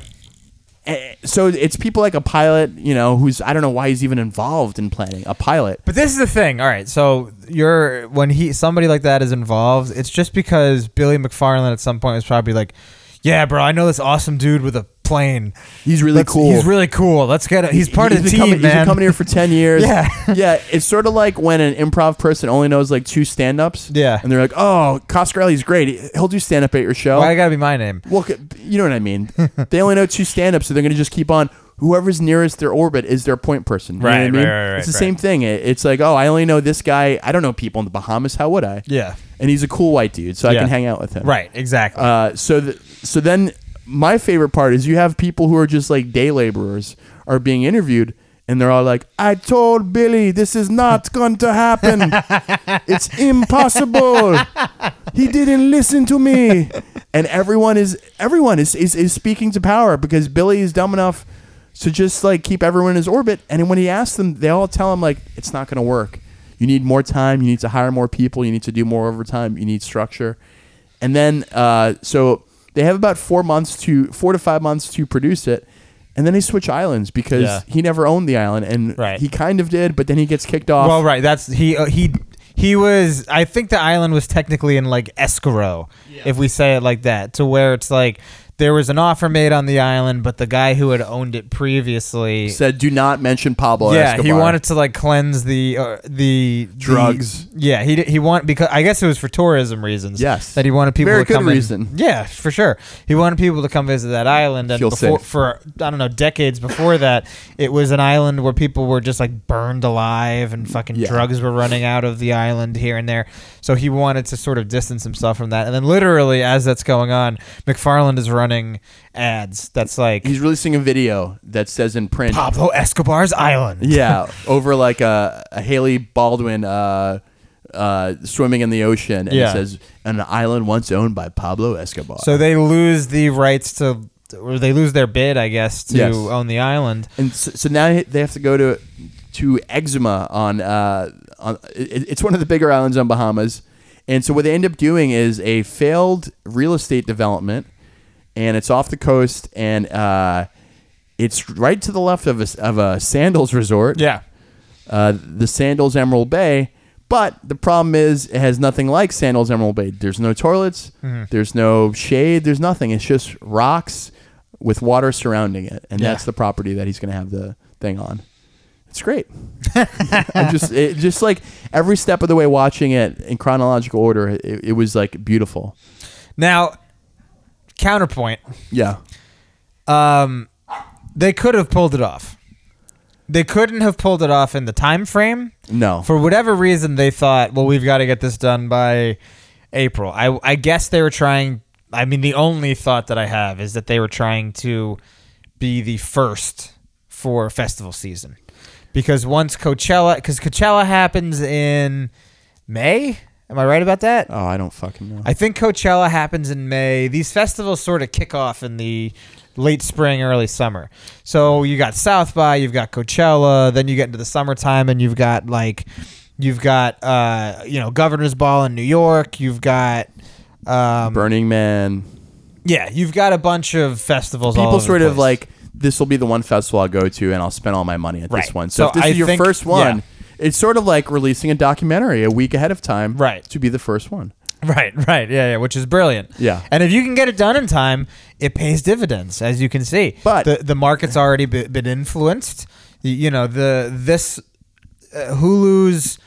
eh, So it's people like a pilot, you know, who's I don't know why he's even involved in planning a pilot. But this is the thing. All right, so you're when he somebody like that is involved, it's just because Billy McFarland at some point was probably like, "Yeah, bro, I know this awesome dude with a plane. He's really Let's- cool. He's really cool. Let's get it. He's part of the He's team, been coming, man. He's been coming here for ten years. Yeah. yeah. It's sort of like when an improv person only knows like two stand-ups. Yeah. and they're like, "Oh, Coscarelli's great. He'll do stand-up at your show." Why gotta be my name? well, c- you know what I mean. they only know two stand-ups, so they're going to just keep on. Whoever's nearest their orbit is their point person. You know what I Right, mean? right, right, right, It's the right. same thing. It- It's like, oh, I only know this guy. I don't know people in the Bahamas. How would I? Yeah. And he's a cool white dude, so I Yeah. can hang out with him. Right. Exactly. Uh, so th- so then my favorite part is you have people who are just like day laborers are being interviewed and they're all like i told billy this is not going to happen it's impossible he didn't listen to me and everyone is everyone is, is is speaking to power because billy is dumb enough to just like keep everyone in his orbit and when he asks them they all tell him like it's not going to work you need more time you need to hire more people you need to do more overtime you need structure and then uh, so they have about four months to four to five months to produce it and then they switch islands because Yeah. he never owned the island and Right. he kind of did but then he gets kicked off Well, right. That's he. Uh, he he was. I think the island was technically in like escrow, if we say it like that, to where it's like there was an offer made on the island, but the guy who had owned it previously. said do not mention pablo yeah, Escobar. he wanted to like cleanse the uh, the Drugs. the- yeah, he d- he wanted because I guess it was for tourism reasons. Yes. that he wanted people Very to come good in- reason. Yeah, for sure. He wanted people to come visit that island, and Feel before, safe. for I don't know decades before that, it was an island where people were just like burned alive and fucking Yeah. drugs were running out of the island here and there. So he wanted to sort of distance himself from that. And then literally as that's going on, McFarland is running ads. That's like he's releasing a video that says in print Pablo Escobar's island. yeah over like a, a haley baldwin uh, uh, swimming in the ocean and Yeah. it says an island once owned by pablo escobar So they lose the rights to, or they lose their bid, I guess, to Yes. own the island. and so, so now they have to go to to eczema on uh on it, it's one of the bigger islands on Bahamas, and so what they end up doing is a failed real estate development, and it's off the coast and uh, it's right to the left of a s- of a sandals resort Yeah. uh, the Sandals Emerald Bay. But the problem is, it has nothing like Sandals Emerald Bay. There's no toilets, Mm-hmm. there's no shade, there's nothing. It's just rocks with water surrounding it, and Yeah. that's the property that he's going to have the thing on. It's great. I'm just, it, just like every step of the way, watching it in chronological order, it, it was like beautiful. Now, counterpoint. Yeah, Um, they could have pulled it off. They couldn't have pulled it off in the time frame. no, For whatever reason, they thought, well, we've got to get this done by April. I, I guess they were trying. I mean, the only thought that I have is that they were trying to be the first for festival season. Because once Coachella, because Coachella happens in May. Am I right about that? oh, I don't fucking know. I think Coachella happens in May. These festivals sort of kick off in the late spring, early summer. So you got South by, you've got Coachella, then you get into the summertime and you've got like you've got uh you know Governor's Ball in New York, you've got um Burning Man. yeah, you've got a bunch of festivals all People over the sort of place. like this will be the one festival I'll go to and I'll spend all my money at Right. this one. So, So if this I is your think- first one, yeah. it's sort of like releasing a documentary a week ahead of time Right. to be the first one. Right, right. Yeah, yeah, which is brilliant. Yeah. And if you can get it done in time, it pays dividends as you can see. But- the the market's already be, been influenced. You, you know, the this uh, Hulu's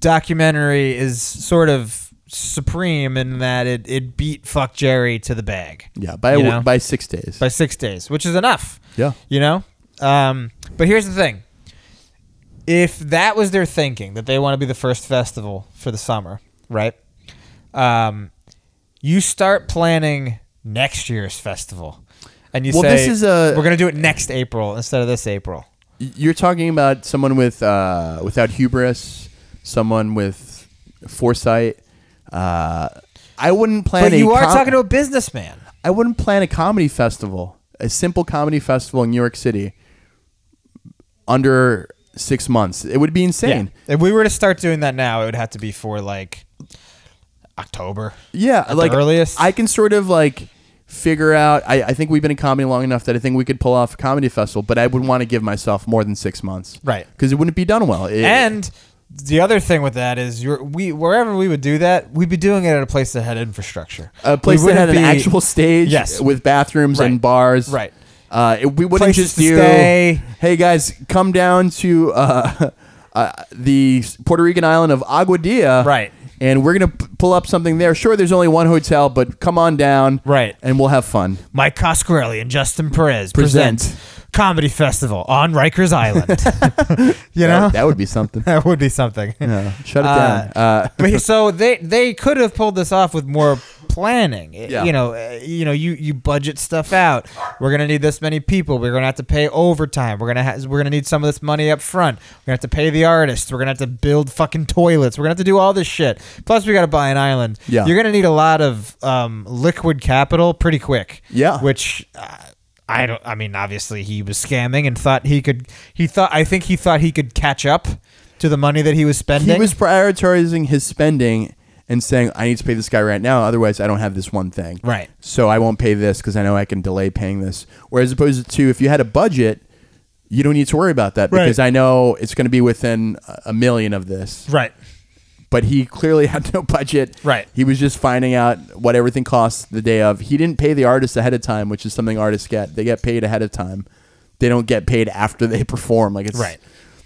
documentary is sort of supreme in that it it beat Fuck Jerry to the bag. Yeah, by You know? by 6 days. By 6 days, which is enough. yeah. You know? Um, but here's the thing. If that was their thinking, that they want to be the first festival for the summer, right? Um, you start planning next year's festival. And you Well, say, this is a- we're going to do it next April instead of this April. Y- You're talking about someone with uh, without hubris, someone with foresight. Uh, I wouldn't plan But a you are com- talking to a businessman. I wouldn't plan a comedy festival, a simple comedy festival in New York City under 6 months. It would be insane. If we were to start doing that now, it would have to be for like October. Yeah, the like earliest? I can sort of like figure out. I, I think we've been in comedy long enough that I think we could pull off a comedy festival, but I would want to give myself more than six months, Right. Because it wouldn't be done well. It- And the other thing with that is you're, we wherever we would do that, we'd be doing it at a place that had infrastructure. a place We that wouldn't had an be- actual stage, Yes. with bathrooms and Right. bars, Right. Uh, it, we wouldn't Places just to do. stay. Hey guys, come down to uh, uh, the Puerto Rican island of Aguadilla, Right. And we're gonna p- pull up something there. Sure, there's only one hotel, but come on down, Right. And we'll have fun. Mike Coscarelli and Justin Perez Present. present, comedy festival on Rikers Island. you know that, that would be something. that would be something. Yeah, shut it Uh, down. Uh, But so they they could have pulled this off with more planning. Yeah. You know, uh, you know, you you budget stuff out. We're gonna need this many people. We're gonna have to pay overtime. We're gonna ha- we're gonna need some of this money up front. We're gonna have to pay the artists. We're gonna have to build fucking toilets. We're gonna have to do all this shit. Plus, we gotta buy an island. Yeah. You're gonna need a lot of um, liquid capital pretty quick. Yeah. Which. Uh, I don't. I mean, obviously, he was scamming and thought he could. He thought. I think he thought he could catch up to the money that he was spending. he was prioritizing his spending and saying, "I need to pay this guy right now, otherwise I don't have this one thing." Right. So I won't pay this because I know I can delay paying this. Whereas opposed to if you had a budget, you don't need to worry about that Right. because I know it's going to be within a- a million of this. right. But he clearly had no budget. Right. He was just finding out what everything costs the day of. He didn't pay the artist ahead of time, which is something artists get. They get paid ahead of time. They don't get paid after they perform. Like it's Right.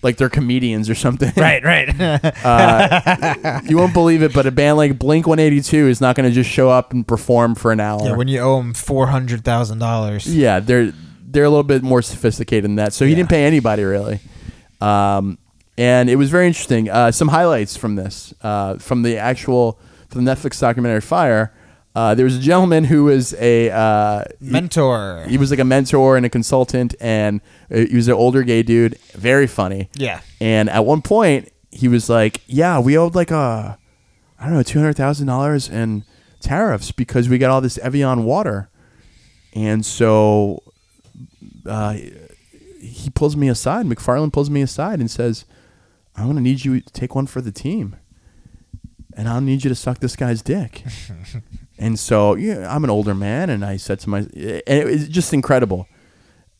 Like they're comedians or something. Right, right. you won't believe it, but a band like Blink 182 is not going to just show up and perform for an hour. yeah, when you owe him four hundred thousand dollars, Yeah, they're they're a little bit more sophisticated than that. So he Yeah. didn't pay anybody really. Um, and it was very interesting. Uh, some highlights from this, uh, from the actual from the Netflix documentary Fire. Uh, there was a gentleman who was a uh, mentor. he was like a mentor and a consultant, and uh, he was an older gay dude, very funny. Yeah. And at one point, he was like, "Yeah, we owed like a, I don't know, two hundred thousand dollars in tariffs because we got all this Evian water, and so uh, he pulls me aside. McFarland pulls me aside and says, "I'm gonna need you to take one for the team, and I'll need you to suck this guy's dick." and so, yeah, I'm an older man, and I said to my, and it was just incredible.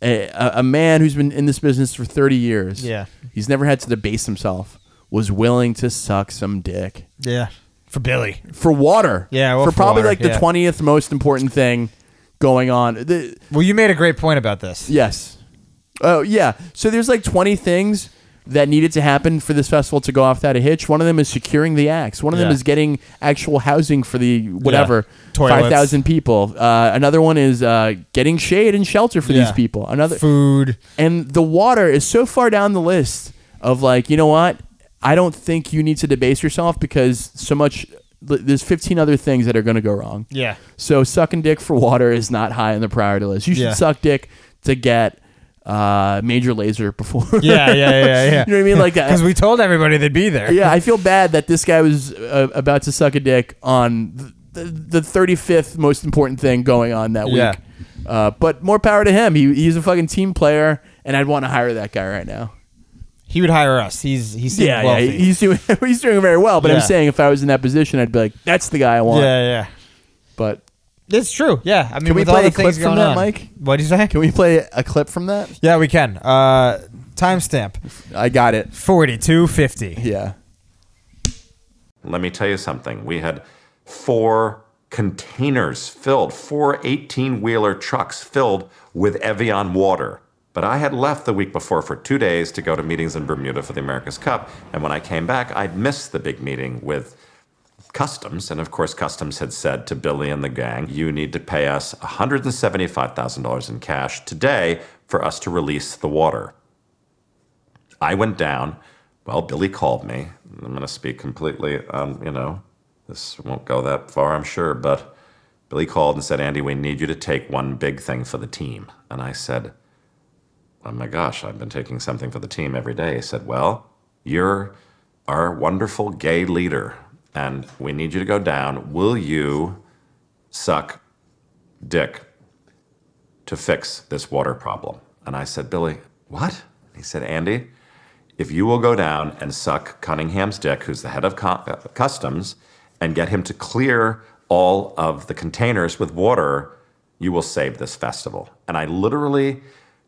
A, a- a man who's been in this business for 30 years, Yeah. he's never had to debase himself, was willing to suck some dick Yeah, for Billy. for water. Yeah, well, for, for probably water, like the yeah. 20th most important thing going on. The, Well, you made a great point about this. Yes. Oh yeah. So there's like 20 things that needed to happen for this festival to go off without a hitch. One of them is securing the acts. One of them Yeah. is getting actual housing for the whatever Toilets. 5,000 people. Uh, another one is uh, getting shade and shelter for Yeah. these people. Another Food. and the water is so far down the list of like you know what i don't think you need to debase yourself because so much there's 15 other things that are going to go wrong Yeah. so sucking dick for water is not high on the priority list you should Yeah. suck dick to get uh major laser before Yeah, yeah, yeah, yeah. you know what i mean like Because that we told everybody they'd be there. yeah i feel bad that this guy was uh, about to suck a dick on the, the, the 35th most important thing going on that week Yeah. uh, but more power to him he, he's a fucking team player and i'd want to hire that guy right now He would hire us. He's he's yeah, yeah, wealthy. he's doing he's doing very well. But I'm Yeah. saying if I was in that position, I'd be like, that's the guy I yeah, want. yeah. But It's true. Yeah, I mean, Can we with all play the a clip things from going on, that, Mike? What do you say? can we play a clip from that? yeah, we can. Uh, timestamp I got it. forty-two fifty. Yeah. Let me tell you something. We had four containers filled, four 18 wheeler trucks filled with Evian water. But I had left the week before for two days to go to meetings in Bermuda for the America's Cup. And when I came back, I'd missed the big meeting with Customs. And of course, Customs had said to Billy and the gang, you need to pay us $175,000 in cash today for us to release the water. I went down. Well, Billy called me. I'm going to speak completely, um, you know, this won't go that far, I'm sure, but Billy called and said, Andy, we need you to take one big thing for the team. And I said, Oh my gosh, I've been taking something for the team every day. He said, Well, you're our wonderful gay leader, and we need you to go down. Will you suck dick to fix this water problem. And I said, Billy, what? He said, Andy, if you will go down and suck Cunningham's dick, who's the head of cu- uh, customs, and get him to clear all of the containers with water, you will save this festival. And I literally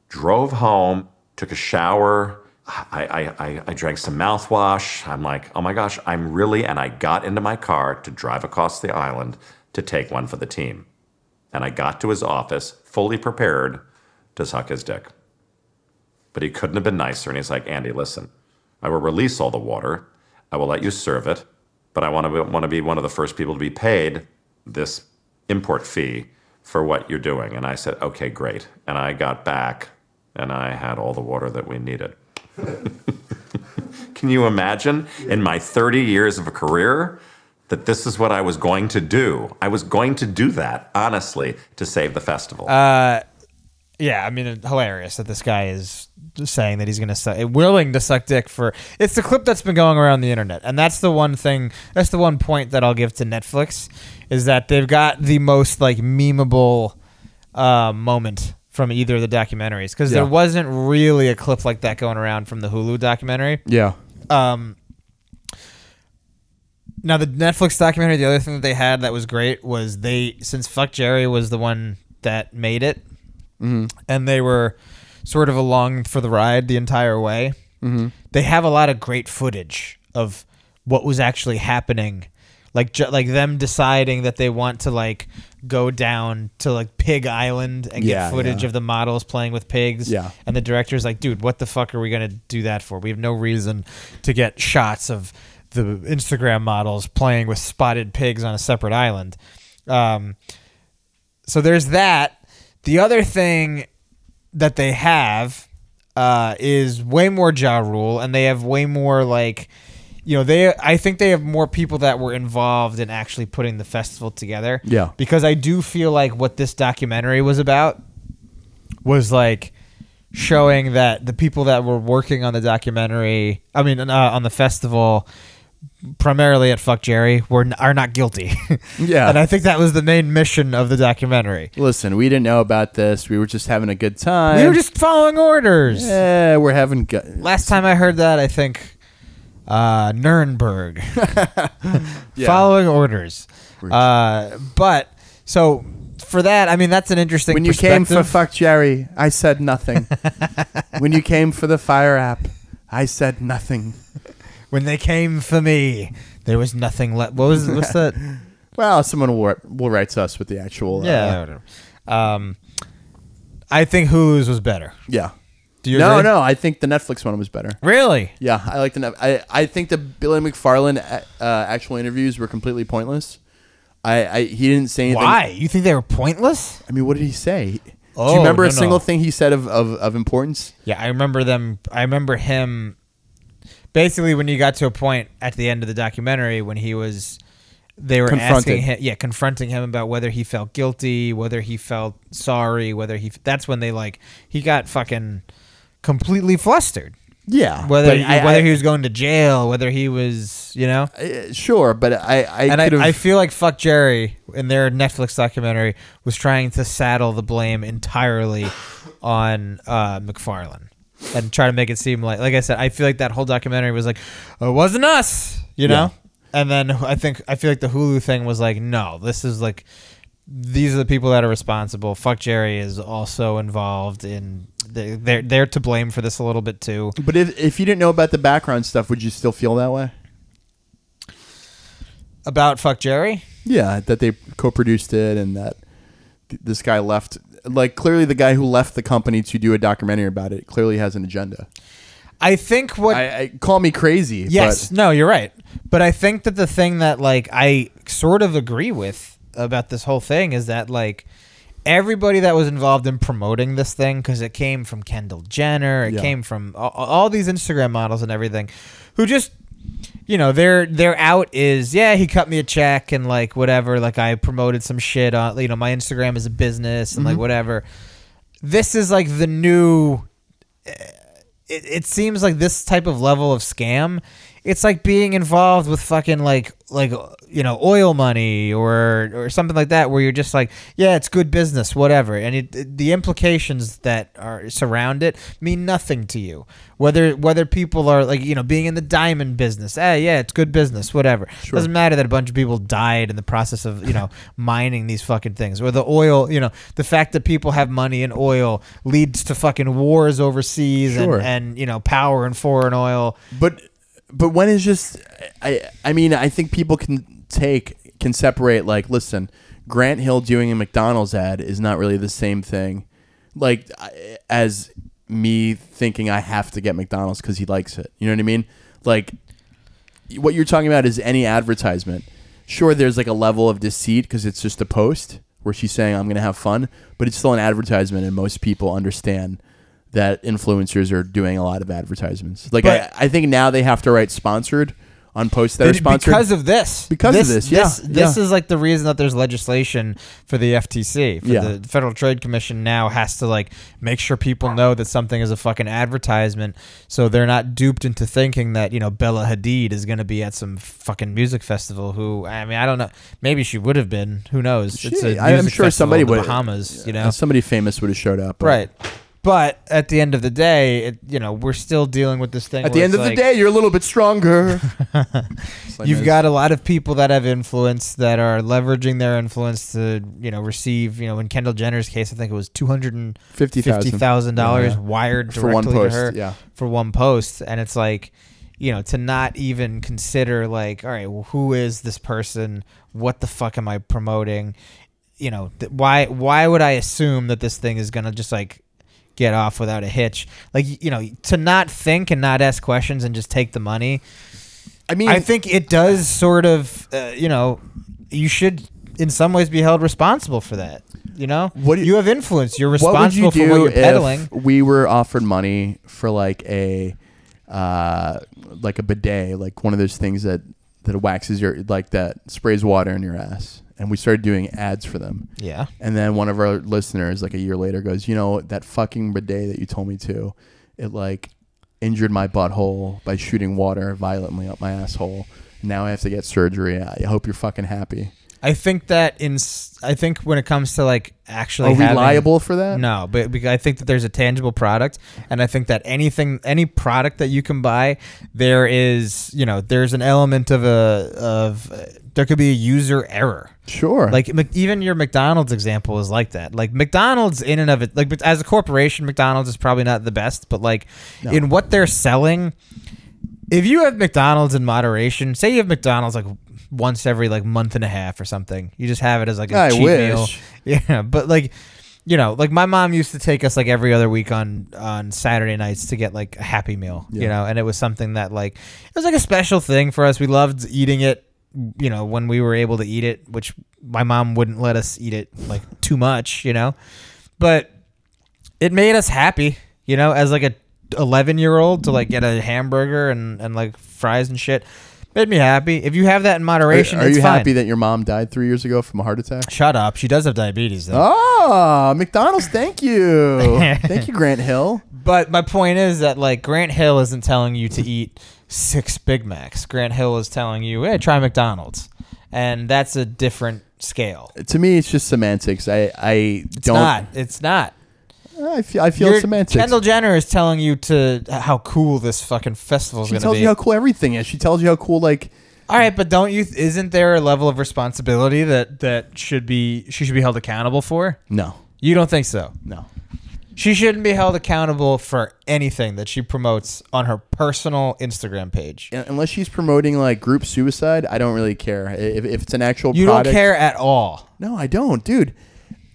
drove home, took a shower. I, I, I, I drank some mouthwash. I'm like, oh my gosh, I'm really. And I got into my car to drive across the island to take one for the team and I got to his office fully prepared to suck his dick. But he couldn't have been nicer, and he's like, Andy, listen, I will release all the water. I will let you serve it, but I want to want to be one of the first people to be paid this import fee for what you're doing. And I said, okay, great. And I got back, and I had all the water that we needed. Can you imagine in my 30 years of a career that this is what I was going to do? I was going to do that, honestly, to save the festival. Yeah, I mean, it's hilarious that this guy is saying that he's going to suck, willing to suck dick for. It's the clip that's been going around the internet, and that's the one thing. That's the one point that I'll give to Netflix is that they've got the most like memeable uh, moment from either of the documentaries because there Yeah. wasn't really a clip like that going around from the Hulu documentary. Yeah. Now the Netflix documentary, the other thing that they had that was great was they since Fuck Jerry was the one that made it, Mm-hmm. and they were sort of along for the ride the entire way. Mm-hmm. They have a lot of great footage of what was actually happening, like ju- like them deciding that they want to like go down to like Pig Island and Yeah, get footage yeah. of the models playing with pigs. Yeah. And the director's like, dude, what the fuck are we going to do that for? We have no reason to get shots of the Instagram models playing with spotted pigs on a separate island. Um, so there's that. The other thing that they have uh, is way more Ja Rule, and they have way more like, you know, they. I think they have more people that were involved in actually putting the festival together. Yeah. Because I do feel like what this documentary was about was like showing that the people that were working on the documentary, I mean, uh, on the festival, primarily at Fuck Jerry, were n- are not guilty. Yeah. and I think that was the main mission of the documentary. Listen, we didn't know about this. We were just having a good time. We were just following orders. Yeah, we're having good. Last time I heard that, I think uh, Nuremberg following orders. Uh, but so for that, I mean, that's an interesting. When you came for perspective. Fuck Jerry, I said nothing. when you came for the Fire app, I said nothing. when they came for me, there was nothing left. What was what's that? Well, someone will, wri- will writes us with the actual. uh, yeah, whatever. Um, I think Hulu's was better. yeah. Do you no, agree? no. I think the Netflix one was better. Really? Yeah, I like the. Net- I I think the Billy McFarlane uh, actual interviews were completely pointless. I, I he didn't say anything. Why? You think they were pointless? I mean, what did he say? Do Oh, you remember no, a single no. thing he said of, of, of importance? Yeah, I remember them. I remember him. Basically, when you got to a point at the end of the documentary when he was, they were Confronted. asking him, yeah, confronting him about whether he felt guilty, whether he felt sorry, whether he. That's when they like he got fucking completely flustered. Yeah, Whether but I- whether I- he was going to jail, whether he was, you know. uh, sure, but I I and could I, I have feel like Fuck Jerry in their Netflix documentary was trying to saddle the blame entirely on uh, McFarlane and try to make it seem like, like I said, I feel like that whole documentary was like, "Oh, it wasn't us, you know? And then I think, I feel like the Hulu thing was like, no, this is like, these are the people that are responsible. Fuck Jerry is also involved in, they- they're, they're to blame for this a little bit too. But if, if you didn't know about the background stuff, would you still feel that way? About Fuck Jerry? Yeah, that they co-produced it and that th- this guy left. Like clearly, the guy who left the company to do a documentary about it clearly has an agenda. I think what I, I call me crazy. Yes, but no, you're right. But I think that the thing that like I sort of agree with about this whole thing is that like everybody that was involved in promoting this thing because it came from Kendall Jenner, it Yeah. came from all, all these Instagram models and everything, who just you know their their out is yeah he cut me a check and like whatever like I promoted some shit on you know my Instagram is a business Mm-hmm. and like whatever. This is like the new it, it seems like this type of level of scam it's like being involved with fucking like like you know oil money or or something like that where you're just like yeah it's good business whatever and it, it- the implications that are surround it mean nothing to you whether whether people are like you know being in the diamond business eh, yeah it's good business whatever doesn't matter that a bunch of people died in the process of you know mining these fucking things or the oil you know the fact that people have money in oil leads to fucking wars overseas Sure. and, and you know power and foreign oil. but but when is just I I mean I think people can take can separate like listen Grant Hill doing a McDonald's ad is not really the same thing like I- as me thinking I have to get McDonald's because he likes it. You know what I mean? Like what you're talking about is any advertisement. Sure, there's like a level of deceit because it's just a post where she's saying I'm gonna have fun, but it's still an advertisement, and most people understand that influencers are doing a lot of advertisements. Like But- I, I think now they have to write sponsored on posts that are sponsored because of this. Because of this, yeah, This, this yeah. is like the reason that there's legislation for the FTC. For Yeah. The Federal Trade Commission now has to like make sure people know that something is a fucking advertisement so they're not duped into thinking that, you know, Bella Hadid is going to be at some fucking music festival who I mean, I don't know. Maybe she would have been, who knows. She- I- I'm music sure festival somebody in the would- Bahamas, you know. Uh, somebody famous would have showed up. but- right. But at the end of the day, it, you know, we're still dealing with this thing At where the end it's of the like- day, you're a little bit stronger. It's like You've those- got a lot of people that have influence that are leveraging their influence to, you know, receive, you know, in Kendall Jenner's case, I think it was two hundred and fifty fifty thousand dollars wired for one directly post. to her Yeah, for one post, and it's like, you know, to not even consider like, all right, well, who is this person? What the fuck am I promoting? You know, th- why why would I assume that this thing is gonna just like get off without a hitch? Like, you know, to not think and not ask questions and just take the money. I mean, I think it does sort of, uh, you know, you should in some ways be held responsible for that. You know, What do you- you, have influence. You're what would responsible you for what do you're peddling. if we were offered money for like a, uh, like a bidet, like one of those things that that waxes your like that sprays water in your ass, and we started doing ads for them. Yeah. And then one of our listeners, like a year later, goes, "You know that fucking bidet that you told me to, it like injured my butthole by shooting water violently up my asshole. Now I have to get surgery. I hope you're fucking happy. I think that in, s- I think when it comes to like actually Are we having- liable for that? No, but because I think that there's a tangible product, and I think that anything, any product that you can buy, there is, you know, there's an element of a of uh, there could be a user error. Sure. Like Mc- even your McDonald's example is like that. Like McDonald's in and of it, like but as a corporation, McDonald's is probably not the best, but like in what they're selling, if you have McDonald's in moderation, say you have McDonald's like once every like month and a half or something, you just have it as like a I cheat wish. meal. Yeah, but like. You know, like my mom used to take us like every other week on on Saturday nights to get like a Happy Meal. You Yeah. know, and it was something that like it was like a special thing for us. We loved eating it. You know, when we were able to eat it, which my mom wouldn't let us eat it like too much. You know, but it made us happy, you know, as like a 11 year old to like get a hamburger and, and like fries and shit. Made me happy. If you have that in are, moderation, are it's you fine. happy that your mom died three years ago from a heart attack? Shut up. She does have diabetes though. Ah, McDonald's. Thank you. thank you, Grant Hill. But my point is that like Grant Hill isn't telling you to eat six Big Macs. Grant Hill is telling you, hey, try McDonald's. And that's a different scale. To me, it's just semantics. I I It's don't. not. It's not. I feel I feel Your- semantics. Kendall Jenner is telling you to how cool this fucking festival is she going to be. tells you how cool everything is. She tells you how cool like All right, but don't you? Isn't there a level of responsibility that that should be she should be held accountable for? no You don't think so? no. She shouldn't be held accountable for anything that she promotes on her personal Instagram page. Un- unless she's promoting like group suicide, I don't really care. I- If, if it's an actual You product, don't care at all. No, I don't, dude.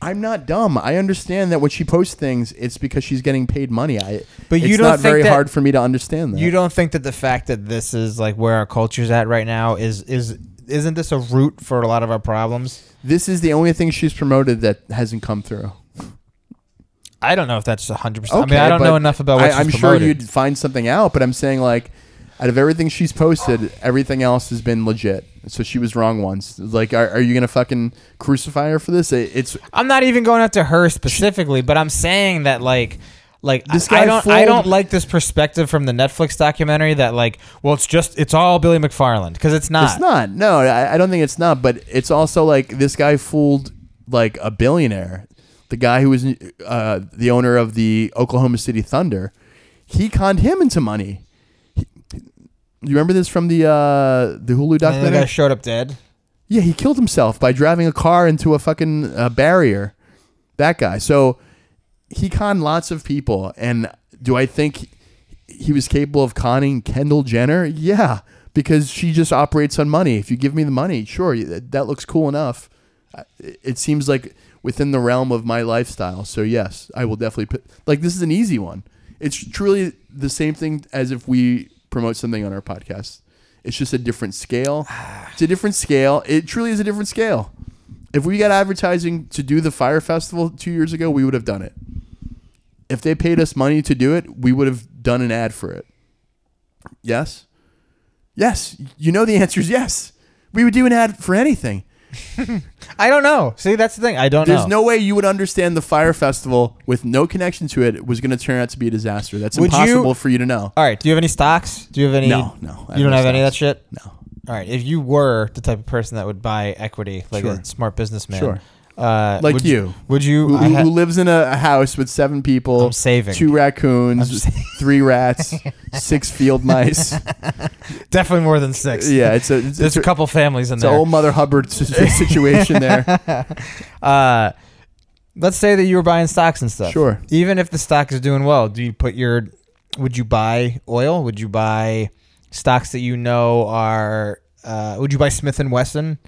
I'm not dumb. I understand that when she posts things, it's because she's getting paid money. I But you it's don't not think very that- hard for me to understand that. You don't think that the fact that this is like where our culture's at right now is is isn't this a root for a lot of our problems? This is the only thing she's promoted that hasn't come through. I don't know if that's hundred percent. I Okay, mean, I don't but know enough about what I, am she's sure promoting. you'd find something out, but I'm saying like, out of everything she's posted, everything else has been legit. So she was wrong once. Like, are, are you gonna fucking crucify her for this? It, it's I'm not even going after her specifically, but I'm saying that like like This I, guy I don't I fooled- don't like this perspective from the Netflix documentary that like well it's just it's all Billy McFarland because it's not. It's not. No, I, I don't think it's not. But it's also like this guy fooled like a billionaire, the guy who was uh, the owner of the Oklahoma City Thunder. He conned him into money. He- you remember this from the uh, the Hulu And the guy documentary? showed up dead. Yeah, he killed himself by driving a car into a fucking uh, barrier. That guy. So he conned lots of people. And do I think he was capable of conning Kendall Jenner? Yeah, because she just operates on money. If you give me the money, sure, that that looks cool enough. I- It seems like within the realm of my lifestyle. So yes, I will definitely put like this is an easy one. It's truly the same thing as if we promote something on our podcast. It's just a different scale. It's a different scale. It truly is a different scale. If we got advertising to do the Fire Festival two years ago, we would have done it. If they paid us money to do it, we would have done an ad for it. Yes? Yes. You know the answer is yes. We would do an ad for anything. I don't know. See, that's the thing. I don't There's know. no way you would understand the Fire Festival with no connection to it was going to turn out to be a disaster. That's Would you- impossible for you to know. All right. Do you have any stocks? Do you have any? No, no, I You don't have no have any of that stocks. shit. No. All right. If you were the type of person that would buy equity, like Sure. a smart businessman, Sure. uh, Like would you. would you? Who, I who- ha- who lives in a, a house with seven people, I'm saving. two raccoons, I'm saving. three rats, six field mice. definitely more than six. yeah, it's a it's, There's it's, a couple families in it's an there. old Mother Hubbard s- situation there. uh, let's say that you were buying stocks and stuff. Sure. Even if the stock is doing well, do you put your? Would you buy oil? Would you buy stocks that you know are? Uh, would you buy Smith and Wesson?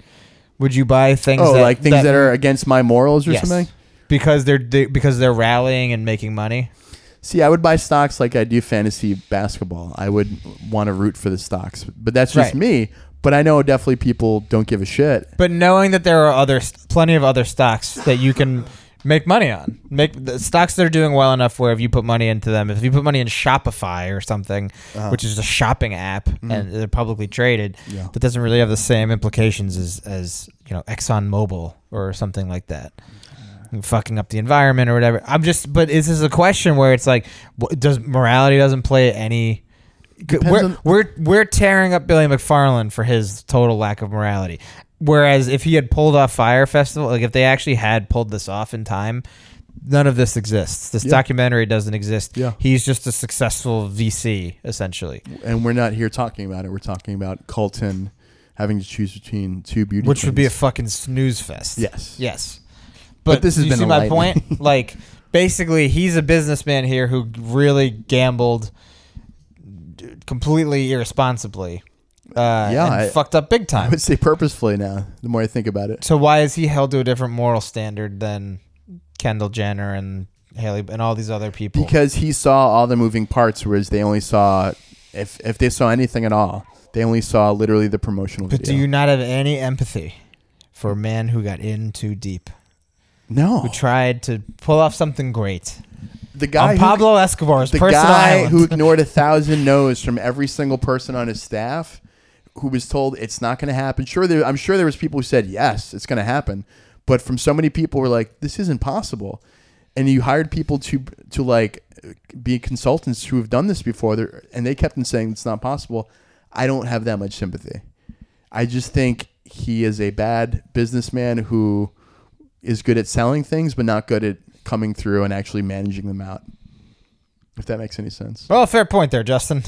Would you buy things? Oh, that, like things that, are against my morals or Yes. something. because they're they, because they're rallying and making money. See, I would buy stocks like I do fantasy basketball. I would want to root for the stocks, but that's Right. just me. But I know definitely people don't give a shit. But knowing that there are other st- plenty of other stocks that you can make money on, make the stocks that are doing well enough where if you put money into them, if you put money in Shopify or something, which is a shopping app and they're publicly traded, Yeah. that doesn't really have the same implications as as you know ExxonMobil or something like that. Fucking up the environment or whatever. I'm just, but this is a question where it's like, wh- does morality doesn't play any? We're, on- we're we're tearing up Billy McFarland for his total lack of morality. Whereas if he had pulled off Fire Festival, like if they actually had pulled this off in time, none of this exists. This documentary doesn't exist. Yeah. He's just a successful VC essentially, And we're not here talking about it. We're talking about Colton having to choose between two beauty, which would be a queens. fucking snooze fest. yes, Yes. But, But this has you been see my enlightening. point? Like basically he's a businessman here who really gambled d- completely irresponsibly. Uh, Yeah, and I- fucked up big I time. would say purposefully now. The more I think about it, So why is he held to a different moral standard than Kendall Jenner and Haley and all these other people? because he saw all the moving parts, whereas they only saw if if they saw anything at all, they only saw literally the promotional but video. do you not have any empathy for a man who got in too deep, no who tried to pull off something great? the guy on who- Pablo Escobar's the personal guy island. who ignored a thousand no's from every single person on his staff, who was told it's not going to happen. Sure, there, I'm sure there was people who said yes, it's going to happen, but from so many people were like, this isn't possible, and you hired people to to like be consultants who have done this before, they're- and they kept on saying it's not possible. I don't have that much sympathy. I just think he is a bad businessman who is good at selling things, but not good at coming through and actually managing them out. If that makes any sense. well, Oh, fair point there, Justin.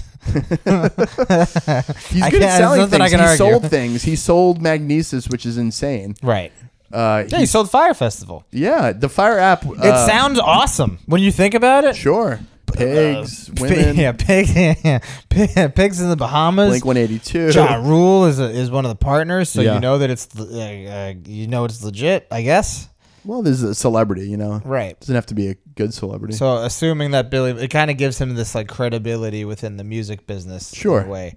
He's I good can't- at there's selling nothing things. I He can argue. sold things. He sold Magnesis, which is insane. Right. Uh, Yeah, he- you sold Fire Festival. yeah, the Fire app. uh, It sounds awesome when you think about it. sure. Pigs, Pi- women, yeah, pig, yeah, pig- pigs in the Bahamas. Blink One Eighty Two. Ja Rule is a, is one of the partners, so Yeah. you know that it's uh, uh, you know it's legit, I guess. Well, there's a celebrity, you know. Right. Doesn't have to be a good celebrity. So assuming that Billy, it kind of gives him this like credibility within the music business, in a Sure. way.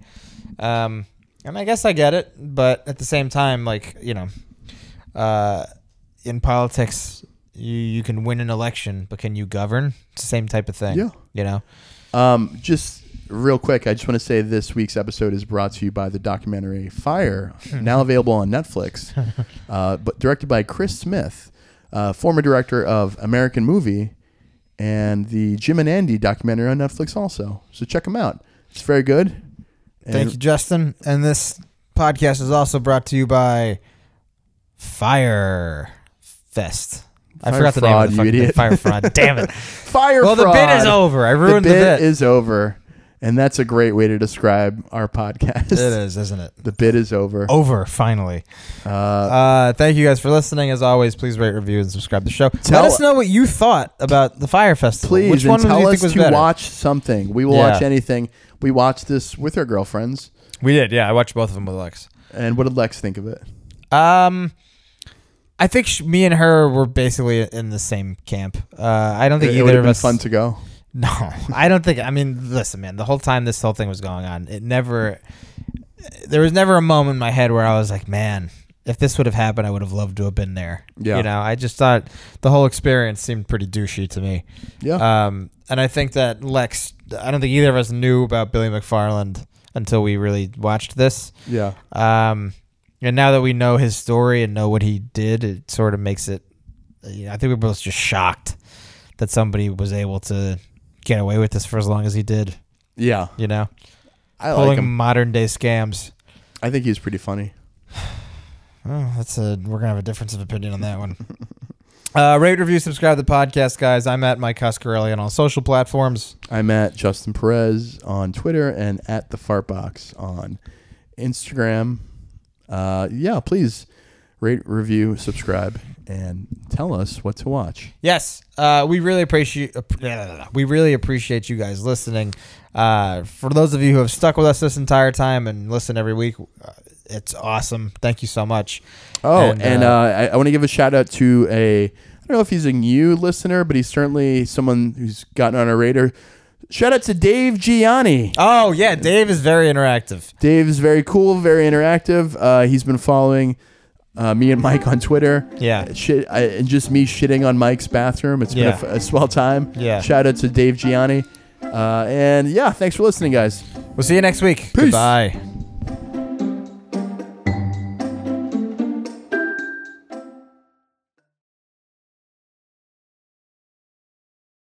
Um, and I guess I get it, but at the same time, like you know, uh, in politics, you you can win an election, but can you govern? It's the same type of thing. Yeah. You know. Um, just real quick, I just want to say this week's episode is brought to you by the documentary Fire, Hmm. now available on Netflix, uh, but directed by Chris Smith, uh, former director of American Movie and the Jim and Andy documentary on Netflix also. So check them out. It's very good. And Thank you, Justin. And this podcast is also brought to you by Fire Fest. I Fire forgot the name fraud, of the you fucking thing. idiot. Fire fraud. Damn it. Fire well, the bit fraud. is over. I The ruined the bit bit. is over. And that's a great way to describe our it podcast. is, isn't it? The bit is over. Over finally. Uh, Uh, thank you guys for listening. As always, please rate, review, and subscribe to the show. Tell- Let us know what you thought about the Fire Festival. please Which and one tell do you us think was to better? watch something. We will Yeah. watch anything. We watched this with our girlfriends. We did. Yeah, I watched both of them with Lex. And what did Lex think of it? Um, I think sh- me and her were basically in the same camp. Uh, I don't think It, would either have of been us. fun to go. no, I don't think. I mean, listen, man. The whole time this whole thing was going on, it never. There was never a moment in my head where I was like, man. If this would have happened, I would have loved to have been there. Yeah. You know, I just thought the whole experience seemed pretty douchey to me. Yeah. Um, and I think that Lex, I don't think either of us knew about Billy McFarland until we really watched this. yeah. Um, and now that we know his story and know what he did, it sort of makes it. You know, I think we we're both just shocked that somebody was able to get away with this for as long as he did. Yeah. You know, I pulling like him. modern day scams. I think he's pretty funny. Oh, that's a we're gonna have a difference of opinion on that one. uh, rate, review, subscribe to the podcast, guys. I'm at Mike Coscarelli on all social platforms. I'm at Justin Perez on Twitter and at the Fartbox on Instagram. Uh, yeah, please rate, review, subscribe, and tell us what to watch. Yes, uh, we really appreciate app- blah, blah, blah. we really appreciate you guys listening. Uh, for those of you who have stuck with us this entire time and listen every week, uh, it's awesome. Thank you so much. Oh, and, uh, I, I want to give a shout out to a I don't know if he's a new listener, but he's certainly someone who's gotten on our radar. Shout out to Dave Gianni. oh yeah, Dave is very interactive. Dave is very cool, very interactive. Uh, he's been following uh, me and Mike on Twitter. Yeah. Shit, I, and just me shitting on Mike's bathroom. It's Yeah. been a, f- a swell time. Yeah. Shout out to Dave Gianni. Uh, and yeah, thanks for listening, guys. We'll see you next week. Goodbye.